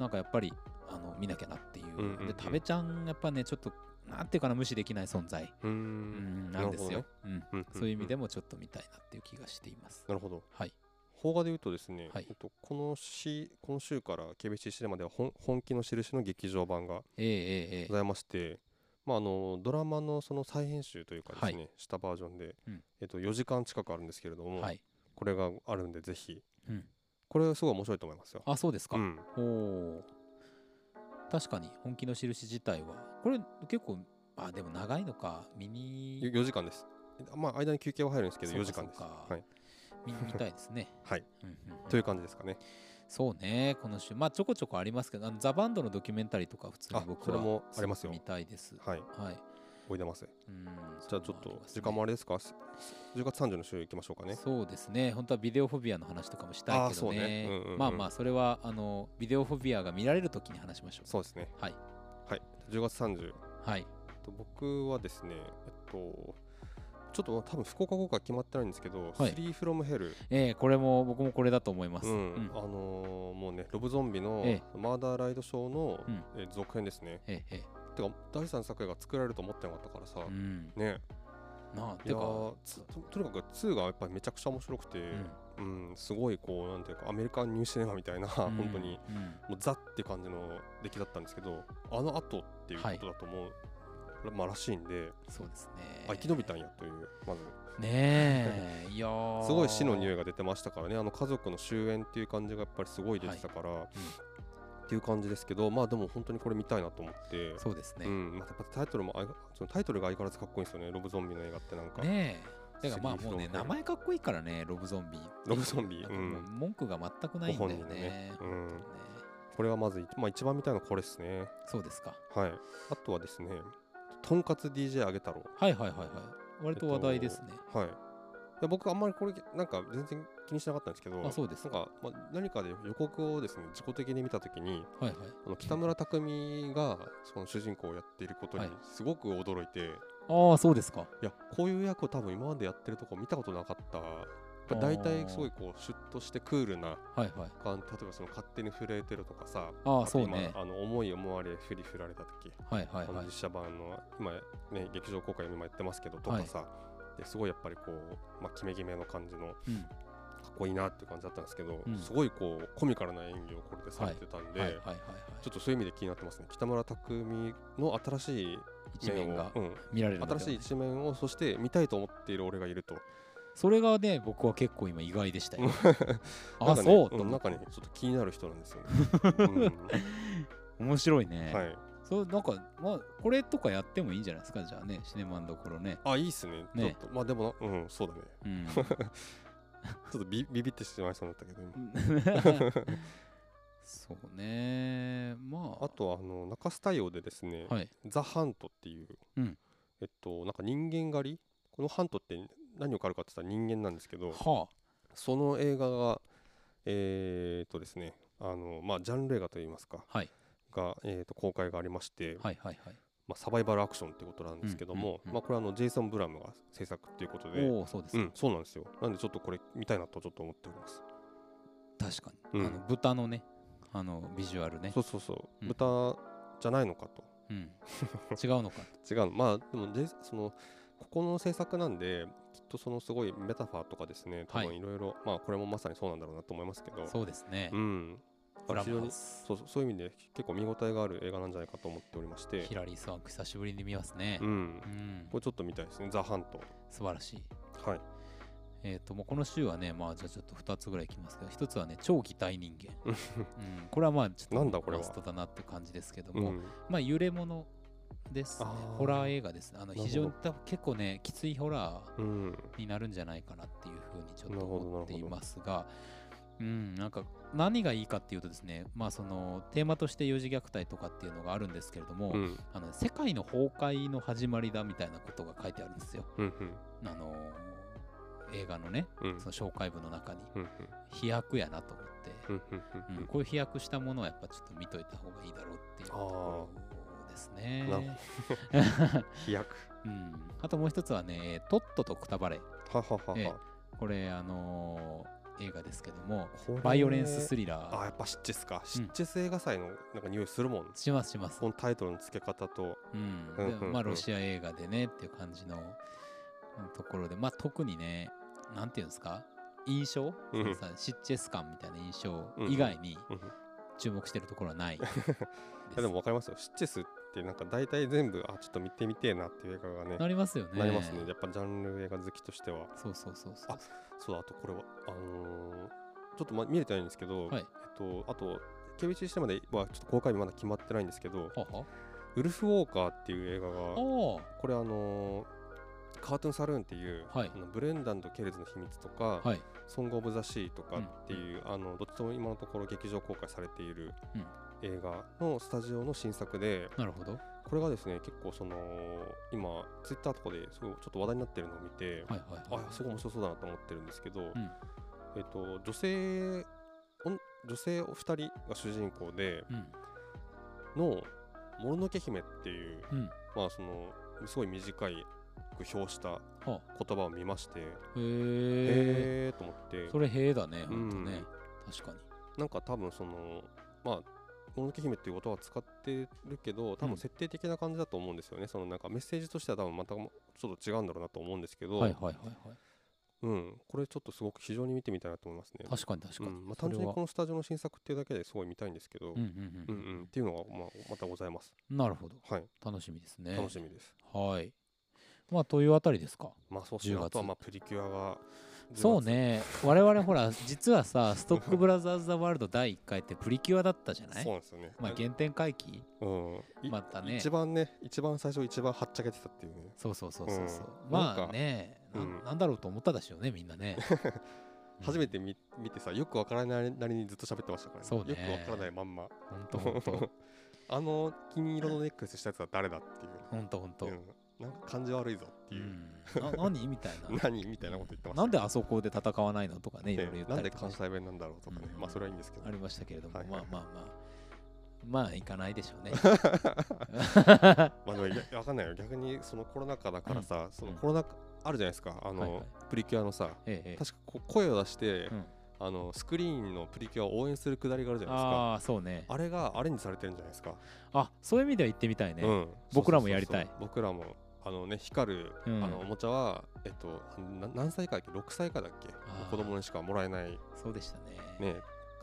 Speaker 1: なんかやっぱりあの見なきゃなっていう,、
Speaker 2: うんうんうん
Speaker 1: で食べちゃんやっぱねちょっとなんていうかな無視できない存在、
Speaker 2: う
Speaker 1: うんん、なんですよ、。うん
Speaker 2: なるほどね
Speaker 1: そういう意味で
Speaker 2: も。
Speaker 1: もちょっと見たいなっていう気がしています、
Speaker 2: なるほど。
Speaker 1: はい
Speaker 2: 邦画で言うとですね、
Speaker 1: はい
Speaker 2: えっと、このしこの週から KBC シネマでは本本気の印の劇場版が
Speaker 1: ええええ
Speaker 2: ございまして、まあ、あのドラマのその再編集というかですね、したバージョンで、
Speaker 1: うん
Speaker 2: えっと、4時間近くあるんですけれど
Speaker 1: ええ
Speaker 2: も、
Speaker 1: はい、
Speaker 2: これがあるんでぜひ
Speaker 1: うん、
Speaker 2: これすごい面白いと思いますよ。
Speaker 1: あそうですか、
Speaker 2: うん、
Speaker 1: おお確かに本気の印自体はこれ結構あでも長いのかミニ
Speaker 2: 4時間です。まあ、間に休憩は入るんですけど
Speaker 1: そう
Speaker 2: 4
Speaker 1: か
Speaker 2: 時間です。
Speaker 1: そうか
Speaker 2: はい、
Speaker 1: ミニみたいですね
Speaker 2: はい、
Speaker 1: うんうんうん
Speaker 2: という感じですかね。
Speaker 1: そうね、この週、まあちょこちょこありますけど、あのザ・バンドのドキュメンタリーとか普通に
Speaker 2: あ
Speaker 1: 僕
Speaker 2: それ
Speaker 1: は
Speaker 2: もありますよ
Speaker 1: 見たいです。
Speaker 2: はい、
Speaker 1: はい。
Speaker 2: おいでます。
Speaker 1: うん
Speaker 2: じゃあちょっと時間もあれですか、す10月30の週行きましょうか
Speaker 1: ね。
Speaker 2: ね。
Speaker 1: そうですね、本当はビデオフォビアの話とかもしたいけどね。
Speaker 2: あーそうねうんうんうん
Speaker 1: まあまあ、それはあのビデオフォビアが見られるときに話しましょう。
Speaker 2: そうですね。
Speaker 1: はい。
Speaker 2: はい、10月30。
Speaker 1: はい。
Speaker 2: えっと僕はですね、えっと、ちょっと多分福岡公開決まってないんですけど、
Speaker 1: はい
Speaker 2: スリーフロムヘル、
Speaker 1: ええこれも僕もこれだと思います。
Speaker 2: う
Speaker 1: うんん
Speaker 2: あのーもうね、ロブゾンビの
Speaker 1: え
Speaker 2: マーダーライドショーの、
Speaker 1: うん
Speaker 2: えー続編ですね。
Speaker 1: えええ
Speaker 2: てか、第三作が作られると思ってなかったからさ、
Speaker 1: えうん。
Speaker 2: ね、
Speaker 1: なあ、
Speaker 2: い
Speaker 1: て
Speaker 2: や
Speaker 1: か、
Speaker 2: ーつととにかく2がやっぱりめちゃくちゃ面白くて、
Speaker 1: うん
Speaker 2: うん、すごいこう、なんていうか、アメリカンニューシネマみたいな、本当に、。
Speaker 1: うんうん
Speaker 2: もうザって感じの出来だったんですけど、あの後っていうことだと思う、まあ、らしいんで、
Speaker 1: そうですね。
Speaker 2: あ、生き延びたんやという、まず。
Speaker 1: ねえ、いやー
Speaker 2: すごい死の匂いが出てましたからねあの家族の終焉っていう感じがやっぱりすごい出てたから、っていう感じですけどまあでも本当にこれ見たいなと思って
Speaker 1: そうですね。
Speaker 2: うんまたやっぱタイトルもあいそのタイトルが相変わらずかっこいいんですよねロブゾンビの映画ってなんか、
Speaker 1: ねえてかまあ
Speaker 2: スリー
Speaker 1: もうね
Speaker 2: フ
Speaker 1: 名
Speaker 2: ロムヘル
Speaker 1: 前かっこいいからねロブゾンビ
Speaker 2: ロブゾンビ
Speaker 1: なんかもう
Speaker 2: う
Speaker 1: 文句が全くないんだよね,、
Speaker 2: ご本人のねうんこれはまずい、まあ、一番見たいのはこれですね
Speaker 1: そうですか
Speaker 2: はいあとはですねとんかつ DJ あげ太郎
Speaker 1: はいはいはいはい割と話題ですね、
Speaker 2: はいいや僕あんまりこれなんか全然気にしなかったんですけど
Speaker 1: あそうです
Speaker 2: なんか、まあ、何かで予告をですね自己的に見たときに
Speaker 1: はいはい
Speaker 2: あの北村匠海がその主人公をやっていることに
Speaker 1: はい
Speaker 2: すごく驚いて、い、
Speaker 1: ああそうですか
Speaker 2: やこういう役を多分今までやってるとこ見たことなかった
Speaker 1: ー
Speaker 2: 大体すごいこうシュッとしてクールな
Speaker 1: はいはい
Speaker 2: 感例えばその勝手に震えてるとかさ
Speaker 1: ああ
Speaker 2: と
Speaker 1: そう
Speaker 2: 今
Speaker 1: ね
Speaker 2: あの思い思われ振り振られた時、
Speaker 1: はいはい
Speaker 2: あの
Speaker 1: はい
Speaker 2: 実写版の今ね劇場公開今やってますけどとかさ、ですごいやっぱりこう、まあ、キメキメの感じの
Speaker 1: うん
Speaker 2: かっこいいなっていう感じだったんですけど、
Speaker 1: うん
Speaker 2: すごいこうコミカルな演技をこれでされてたんで、
Speaker 1: はいはいはいはい
Speaker 2: ちょっとそういう意味で気になってますね北村匠海の新しい
Speaker 1: 一面が
Speaker 2: 面を
Speaker 1: 見られ
Speaker 2: う
Speaker 1: るの
Speaker 2: ん
Speaker 1: では
Speaker 2: 新しい一面をそして見たいと思っている俺がいると
Speaker 1: それがね僕は結構今意外でしたよあ
Speaker 2: な
Speaker 1: あ
Speaker 2: んかね
Speaker 1: そうと
Speaker 2: うん
Speaker 1: 思っ
Speaker 2: 中
Speaker 1: て
Speaker 2: にちょっと気になる人なんです よね、
Speaker 1: 面白い
Speaker 2: うん
Speaker 1: ね、
Speaker 2: はい
Speaker 1: そうなんかまあこれとかやってもいいんじゃないですかじゃあねシネマンどころね
Speaker 2: あいいっすね
Speaker 1: ね
Speaker 2: ちょっとまあでもなうんそうだね
Speaker 1: うん
Speaker 2: ちょっとビビビってしまいそうになったけど今
Speaker 1: そうねまあ
Speaker 2: あとはあの中洲対応でですね、
Speaker 1: はい
Speaker 2: ザ・ハントっていう、
Speaker 1: うん
Speaker 2: えっとなんか人間狩りこのハントって何を狩るかって言ったら人間なんですけど
Speaker 1: は
Speaker 2: その映画がえー、っとですねあのまあジャンル映画といいますか
Speaker 1: あはい
Speaker 2: が、えー、と公開がありまして、
Speaker 1: はいはいはい
Speaker 2: まあ、サバイバルアクションってことなんですけども、
Speaker 1: うんうんうん
Speaker 2: まあ、これはあのジェイソン・ブラムが制作っていうことで、
Speaker 1: おおそうですか、
Speaker 2: うん、そうなんですよなんでちょっとこれ見たいなとちょっと思っております、
Speaker 1: 確かに、
Speaker 2: うん
Speaker 1: あの豚のねあのビジュアルね
Speaker 2: そうそうそう、
Speaker 1: うん
Speaker 2: 豚じゃないのかと
Speaker 1: う、ん、違うのか
Speaker 2: 違うのまあでもジェイそのここの制作なんできっとそのすごいメタファーとかですね多
Speaker 1: は
Speaker 2: 分いろいろまあこれもまさにそうなんだろうなと思いますけど
Speaker 1: そうですね
Speaker 2: うん
Speaker 1: ブラ
Speaker 2: 非常
Speaker 1: ムハウ
Speaker 2: に
Speaker 1: ス
Speaker 2: そうそうそういう意味で結構見応えがある映画なんじゃないかと思っておりまして
Speaker 1: ヒ、ラリー・スワンク久しぶりに見ますね
Speaker 2: う、ん
Speaker 1: う、ん
Speaker 2: これちょっと見たいですね、ザ・ハント。
Speaker 1: 素晴らしい
Speaker 2: はい、
Speaker 1: えー、ともうこの週はね、まあ、じゃあちょっと2つぐらいいきますけど、1つはね、超擬態人間。
Speaker 2: う
Speaker 1: う
Speaker 2: ん
Speaker 1: ん、これはまあ、ちょ
Speaker 2: な
Speaker 1: っ
Speaker 2: んだ
Speaker 1: と
Speaker 2: これ
Speaker 1: ラ
Speaker 2: は
Speaker 1: ストだなって感じですけど
Speaker 2: う
Speaker 1: も、
Speaker 2: ん、
Speaker 1: まあ、揺れ物です、ね
Speaker 2: あー。
Speaker 1: ホラー映画ですね。あの
Speaker 2: なるほど
Speaker 1: 非常に多分結構ね、きついホラー
Speaker 2: うん、
Speaker 1: になるんじゃないかなっていうふうにちょっ
Speaker 2: な
Speaker 1: と
Speaker 2: るほど
Speaker 1: 思って
Speaker 2: なる
Speaker 1: い
Speaker 2: ほど
Speaker 1: ますが、うん、なんか何がいいかっていうとですね、まあ、そのテーマとして幼児虐待とかっていうのがあるんですけれども、
Speaker 2: うん、うん、
Speaker 1: あの世界の崩壊の始まりだみたいなことが書いてあるんですよ。
Speaker 2: うん、
Speaker 1: あの映画のね、
Speaker 2: うん、うん
Speaker 1: その紹介文の中に。
Speaker 2: うん、
Speaker 1: 飛躍やなと思って、
Speaker 2: うん、
Speaker 1: うん
Speaker 2: うん
Speaker 1: こういう飛躍したものはやっぱちょっと見といた方がいいだろうっていうところですね。
Speaker 2: なる飛躍。
Speaker 1: うん、あともう一つはねえー「トットとくたばれ
Speaker 2: ははは
Speaker 1: ええ
Speaker 2: は。」
Speaker 1: これあのー映画ですけども
Speaker 2: これ
Speaker 1: バイオレンススリラ
Speaker 2: あ、
Speaker 1: ー
Speaker 2: やっぱシッチェスか。シッチェス映画祭のなんか匂いするもん。
Speaker 1: しますします
Speaker 2: こ、のタイトルの付け方と、
Speaker 1: うん
Speaker 2: うん
Speaker 1: で
Speaker 2: うん
Speaker 1: まあ、
Speaker 2: うん
Speaker 1: ロシア映画でねっていう感じのうんところで、まあ、特にねなんていうんですか印象、
Speaker 2: うん
Speaker 1: そのさシッチェス感みたいな印象以外に
Speaker 2: うんい
Speaker 1: 注目してるところはないです、
Speaker 2: や でも分かりますよ。シッチェスってなんか大体全部、あ、ちょっと見てみてえなっていう映画がね、
Speaker 1: なりますよね。
Speaker 2: なりますね。やっぱジャンル映画好きとしては。
Speaker 1: そうそうそうそう。
Speaker 2: あそうだ、あとこれは、あのーちょっとま見れてないんですけど、
Speaker 1: はい
Speaker 2: えっと、あと、KBCC まではちょっと公開日まだ決まってないんですけど、
Speaker 1: はは
Speaker 2: ウルフ・ウォーカーっていう映画
Speaker 1: あ
Speaker 2: が、
Speaker 1: ー
Speaker 2: これあのーカートゥーンサルーンっていう、
Speaker 1: はい
Speaker 2: あのブレンダンとケルズの秘密とか、
Speaker 1: はい。
Speaker 2: ソング・オブ・ザ・シーとかっていう、あのどっちとも今のところ劇場公開されている
Speaker 1: うん
Speaker 2: 映画のスタジオの新作で
Speaker 1: なるほど。はい
Speaker 2: これがですね結構その今ツイッターとかですごいちょっと話題になってるのを見て、
Speaker 1: はいはい。
Speaker 2: あすごい面白そうだなと思ってるんですけど、
Speaker 1: ん
Speaker 2: えっと女性おん女性お二人が主人公で
Speaker 1: うん
Speaker 2: の「もののけ姫」っていう
Speaker 1: うん。
Speaker 2: まあそのすごい短い表した
Speaker 1: は
Speaker 2: 言葉を見ましてへ
Speaker 1: あ。へえ。
Speaker 2: えと思って
Speaker 1: それへえだね。
Speaker 2: ん
Speaker 1: ほんとね。確かに。
Speaker 2: なんか多分そのまあもののけ姫っていうことは使ってるけど多
Speaker 1: うん
Speaker 2: 分設定的な感じだと思うんですよね、そのなんかメッセージとしては多分またもちょっと違うんだろうなと思うんですけど、
Speaker 1: はいはいはいはい。
Speaker 2: うん、これちょっとすごく非常に見てみたいなと思いますね。
Speaker 1: 確かに確か
Speaker 2: う
Speaker 1: に。
Speaker 2: んまあ、
Speaker 1: そ
Speaker 2: 単
Speaker 1: れ
Speaker 2: 純に
Speaker 1: は
Speaker 2: このスタジオの新作っていうだけですごい見たいんですけど、
Speaker 1: うんう
Speaker 2: うん
Speaker 1: ん
Speaker 2: うんっていうのが、まあ、またございます。
Speaker 1: うん。なるほど。
Speaker 2: はい、
Speaker 1: 楽しみですね。
Speaker 2: 楽しみです。
Speaker 1: はい。まあ、というあたりですか。
Speaker 2: まあそうですね
Speaker 1: 10月
Speaker 2: あとはまあプリキュアが
Speaker 1: そうね。我々ほら、実はさ、ストックブラザーズ・ザ・ワールド第1回ってプリキュアだったじゃな
Speaker 2: そう
Speaker 1: い
Speaker 2: なんですよね。
Speaker 1: まあ、原点回帰
Speaker 2: うん、い
Speaker 1: またね
Speaker 2: 一番ね一番最初一番はっちゃけてたっていうね。
Speaker 1: そうそうそうそうそう。
Speaker 2: うんなんか
Speaker 1: まあね、な
Speaker 2: うん
Speaker 1: なんだろうと思ったでしょうね、みんなね。
Speaker 2: 初めて見見てさよくわからないなりにずっと喋ってましたから
Speaker 1: そうね
Speaker 2: よくわからないまんま
Speaker 1: ほんとほんと
Speaker 2: あの金色のネックレスしたやつは誰だっていう
Speaker 1: ほんとほんと。
Speaker 2: うん、なんか感じ悪いぞって
Speaker 1: う、
Speaker 2: いうん
Speaker 1: な何みたいな。
Speaker 2: 何みたいなこと言ってました
Speaker 1: なんであそこで戦わないのとかね、いろいろ言
Speaker 2: ね
Speaker 1: っ
Speaker 2: な
Speaker 1: た
Speaker 2: ん
Speaker 1: り
Speaker 2: で
Speaker 1: とか
Speaker 2: 関
Speaker 1: し
Speaker 2: 西弁なんだろうとかね、
Speaker 1: うん
Speaker 2: まあそれはいいんですけど
Speaker 1: ありましたけれども、
Speaker 2: はい
Speaker 1: まあまあまあ、まあ行かないでし ょうね。
Speaker 2: まあでもいやわかんないよ逆にそのコロナ禍だからさ、その
Speaker 1: うん
Speaker 2: コロナ禍あるじゃないですかあの、
Speaker 1: はいはい
Speaker 2: プリキュアのさ
Speaker 1: ええええ
Speaker 2: 確かこう声を出して、
Speaker 1: うん
Speaker 2: あのスクリーンのプリキュアを応援するくだりがあるじゃないですか
Speaker 1: ああ、そうね
Speaker 2: あ。れがアレンジされてるんじゃないですか、
Speaker 1: あそういう意味では行ってみたいね。
Speaker 2: うん
Speaker 1: 僕らもやりたい
Speaker 2: そうそうそう僕らもあのね光る
Speaker 1: うん
Speaker 2: あのおもちゃは、えっと、な何歳からだっけ6歳からだっけ
Speaker 1: あー
Speaker 2: 子供にしかもらえない、
Speaker 1: そうでしたね。
Speaker 2: ね、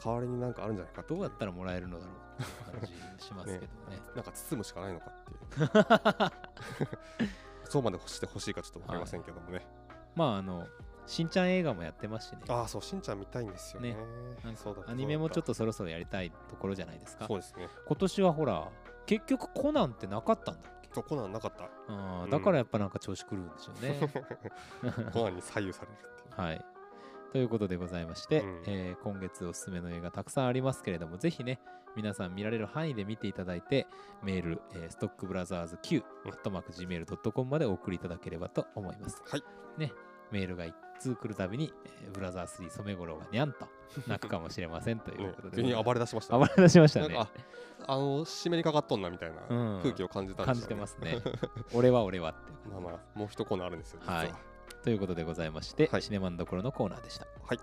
Speaker 2: 代わりになんかあるんじゃないかってい
Speaker 1: どうやったらもらえるのだろうっていう感じしますけどね。
Speaker 2: なんか包むしかないのかっていう そうまで欲してほしいかちょっと分かりませんけどもね、
Speaker 1: まあ、あの、しんちゃん映画もやってますしね。
Speaker 2: ああそうしんちゃん見たいんですよね
Speaker 1: ねなんか
Speaker 2: そうだった
Speaker 1: アニメもちょっ
Speaker 2: そ
Speaker 1: とそろそろやりたいところじゃないです
Speaker 2: うだ
Speaker 1: か
Speaker 2: ったそ。うですね
Speaker 1: 今年はほら、結局コナンってなかったんだっけ
Speaker 2: そうコナンなかった
Speaker 1: あ
Speaker 2: う
Speaker 1: ー
Speaker 2: ん
Speaker 1: だからやっぱなんか調子狂うんでしょうね。
Speaker 2: コナンに左右されるっていう
Speaker 1: はい。ということでございまして、
Speaker 2: うん
Speaker 1: えー今月おすすめの映画たくさんありますけれども、ぜひね、皆さん見られる範囲で見ていただいて、メール、えー、ストックブラザーズ Q、
Speaker 2: うん
Speaker 1: ットマーク Gmail.com までお送りいただければと思います。
Speaker 2: はい。
Speaker 1: ね、メールが一通来るたびに、えーブラザー3染五郎がにゃん と泣くかもしれませんということ
Speaker 2: ね
Speaker 1: で。
Speaker 2: 急に暴れ出しました、
Speaker 1: 暴れ出しまし
Speaker 2: な
Speaker 1: た
Speaker 2: ん
Speaker 1: ね。
Speaker 2: かああの湿りかかっとんなみたいな
Speaker 1: うん
Speaker 2: 空気を感じたん
Speaker 1: 感
Speaker 2: で
Speaker 1: じ
Speaker 2: しょうね
Speaker 1: てますね。俺は俺はっていう感じ
Speaker 2: まあまあもう一コーナーあるんですよ実は
Speaker 1: はいということでございまして、
Speaker 2: はい
Speaker 1: シネマンどころのコーナーでした。
Speaker 2: はい。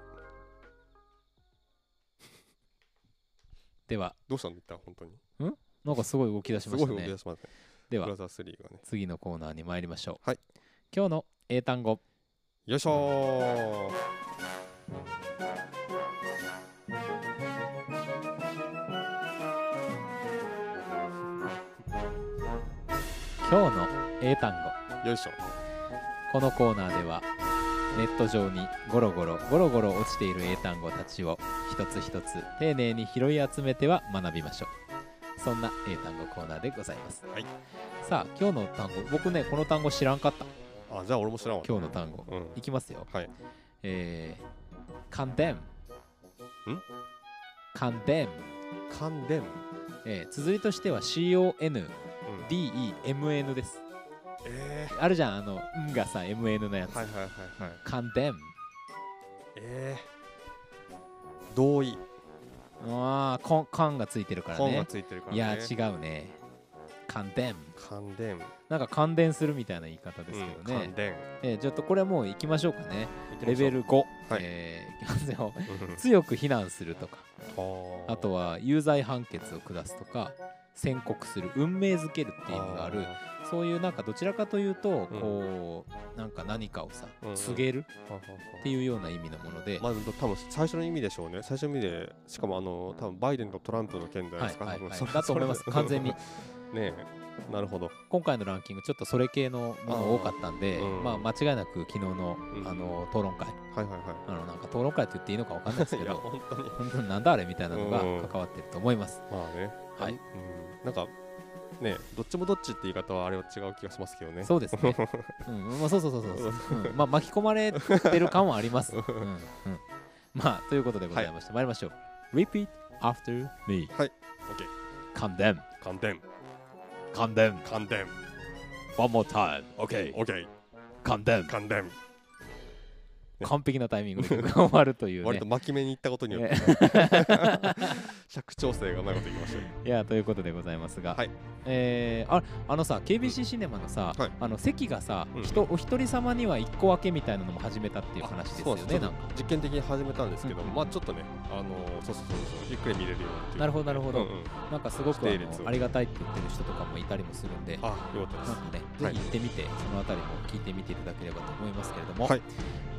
Speaker 1: では、
Speaker 2: どうしたんだった本当に
Speaker 1: なんかすごい動き出し
Speaker 2: す
Speaker 1: まし
Speaker 2: ごい
Speaker 1: た
Speaker 2: 動き出
Speaker 1: ね。
Speaker 2: しますね
Speaker 1: で
Speaker 2: ブ
Speaker 1: は
Speaker 2: ラ、ザー3がね
Speaker 1: 次のコーナーに参りましょう。
Speaker 2: はい。
Speaker 1: 今日の英単語。
Speaker 2: よいしょー
Speaker 1: 今日の英単語
Speaker 2: よいしょ
Speaker 1: このコーナーではネット上にゴロゴロゴロゴロ落ちている英単語たちを一つ一つ丁寧に拾い集めては学びましょうそんな英単語コーナーでございます、
Speaker 2: はい
Speaker 1: さあ今日の単語僕ねこの単語知らんかった
Speaker 2: あじゃあ俺も知らんわ
Speaker 1: 今日の単語、
Speaker 2: うん
Speaker 1: いきますよ
Speaker 2: はい
Speaker 1: えー、condemn
Speaker 2: ん
Speaker 1: condemn、
Speaker 2: 関電
Speaker 1: えー、綴りとしては CONDEMN
Speaker 2: うん
Speaker 1: です
Speaker 2: え
Speaker 1: あるじゃんあの「ん」がさ MN のやつ、
Speaker 2: ー、はいはいはいはい
Speaker 1: condemn
Speaker 2: えー、同意
Speaker 1: ああコンコンがついてるからね
Speaker 2: 本がついてるから
Speaker 1: い
Speaker 2: ね
Speaker 1: や違うね寒天
Speaker 2: 関電
Speaker 1: なんか感電するみたいな言い方ですけど
Speaker 2: うん、
Speaker 1: ね
Speaker 2: 関、電
Speaker 1: えーちょっとこれはもう行きましょうかねレベル5、
Speaker 2: はい
Speaker 1: えーいきますよ
Speaker 2: うん
Speaker 1: 強く非難するとか
Speaker 2: あ
Speaker 1: あとは有罪判決を下すとか宣告する運命づけるっていう意味があるそういうなんかどちらかというと
Speaker 2: うん
Speaker 1: こう、なんか何かをさ、
Speaker 2: うんうん
Speaker 1: 告げるって
Speaker 2: いう
Speaker 1: いうような意味のもので、
Speaker 2: まず多分最初の意味でしょうね最初の意味でしかもあの多分バイデンとトランプの件じゃな
Speaker 1: はい
Speaker 2: いですか、
Speaker 1: はい
Speaker 2: 多分
Speaker 1: はい
Speaker 2: それ
Speaker 1: だと思います
Speaker 2: それ
Speaker 1: 完全に
Speaker 2: ねえなるほど
Speaker 1: 今回のランキングちょっとそれ系のもの多かったんで、
Speaker 2: あーうん
Speaker 1: まあ間違いなく昨日の
Speaker 2: うん
Speaker 1: あの討論会
Speaker 2: はいはいは
Speaker 1: あのなんか討論会って言っていいのか分かんないです
Speaker 2: い
Speaker 1: け
Speaker 2: いや
Speaker 1: ど
Speaker 2: 本当に
Speaker 1: 本当になんだあれみたいなのが
Speaker 2: うん
Speaker 1: 関わってると思います、
Speaker 2: まあね
Speaker 1: はい
Speaker 2: うん、なんかねえどっちもどっちって言い方はあれは違う気がしますけどね
Speaker 1: そうです ね、うんまあ、そうそうそうそうそう、うんまあ巻き込まれてる感はあります、うんうん、まあということでございまして、参りましょう Repeat after me
Speaker 2: オッケー
Speaker 1: condemn
Speaker 2: 関電
Speaker 1: condemn
Speaker 2: 関電
Speaker 1: one more time
Speaker 2: オッケー
Speaker 1: condemn
Speaker 2: 関電
Speaker 1: 完璧なタイミングで曲が終わるというね
Speaker 2: 割と巻き目に行ったことによっ
Speaker 1: ね
Speaker 2: て 尺調整がうまいこといきましたよ
Speaker 1: いやということでございますが、
Speaker 2: はい
Speaker 1: えーああのさ KBC シネマのさ、
Speaker 2: はい
Speaker 1: あの席がさ、
Speaker 2: うん
Speaker 1: 人お一人様には一個分けみたいなのも始めたっていう話ですよ
Speaker 2: あそう
Speaker 1: ね
Speaker 2: な
Speaker 1: なんんか
Speaker 2: 実験的に始めたんですけど、
Speaker 1: うん
Speaker 2: まあちょっとね、あのーそうそうそうそうゆっくり見れるようにっていう
Speaker 1: なるほどなるほど
Speaker 2: うんうん
Speaker 1: なんかすごくあ
Speaker 2: 指定率
Speaker 1: の
Speaker 2: を
Speaker 1: ありがたいって言ってる人とかもいたりもするんで。
Speaker 2: あよかった
Speaker 1: な
Speaker 2: で
Speaker 1: ん
Speaker 2: す
Speaker 1: かね、
Speaker 2: は
Speaker 1: ぜひ
Speaker 2: い
Speaker 1: 行ってみて、そのあたりも聞いてみていただければと思いますけれども、
Speaker 2: はい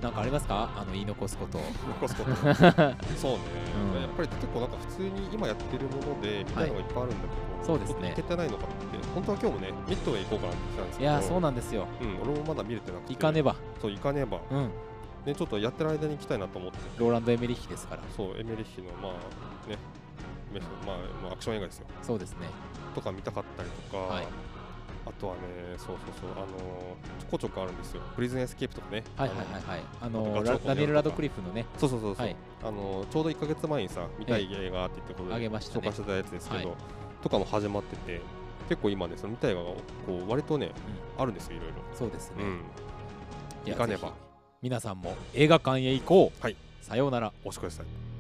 Speaker 1: なんかありますかあの言い残す ことを。
Speaker 2: 残すことそうね、
Speaker 1: うん
Speaker 2: やっぱり結構なんか普通に今やってるものでみたいなのがいっぱいあるんだけど、
Speaker 1: そうですね
Speaker 2: ちょっと行けてないのかって本当は今日もねミッドウェイ行こうかなって言ってたんです
Speaker 1: い
Speaker 2: けど
Speaker 1: やー、そうなんですよ。
Speaker 2: うん、俺もまだ見れてなくて
Speaker 1: 行かねば。
Speaker 2: そう行かねば、
Speaker 1: うん。
Speaker 2: ね、ちょっとやってる間に行きたいなと思って
Speaker 1: ローランド・エメリッヒですから。
Speaker 2: そうエメリッヒのまあねメスまあ、まあアクション映画ですよ
Speaker 1: そうですね。
Speaker 2: とか見たかったりとか、
Speaker 1: はい
Speaker 2: あとはねそうそうそうあのーちょこちょこあるんですよプリズンエスケープとかね
Speaker 1: はいはい
Speaker 2: あの
Speaker 1: はいはい。あ
Speaker 2: なん
Speaker 1: の
Speaker 2: かガチ
Speaker 1: ラ
Speaker 2: ャポンで
Speaker 1: ダニエル・ラドクリフのね、
Speaker 2: そうそうそうそう、
Speaker 1: はい
Speaker 2: あのちょうど1か月前にさ見たい映画って言ってことで
Speaker 1: あげましたね
Speaker 2: 紹介してたやつですけど、
Speaker 1: は
Speaker 2: とかも始まってて結構今ねその見たい映画がこう割とね、あるんですよいろい
Speaker 1: そうですね。
Speaker 2: ろ、うん、
Speaker 1: いや
Speaker 2: 行かねば
Speaker 1: ぜひ皆さんも映画館へ行こう、
Speaker 2: はい
Speaker 1: さようなら
Speaker 2: おしください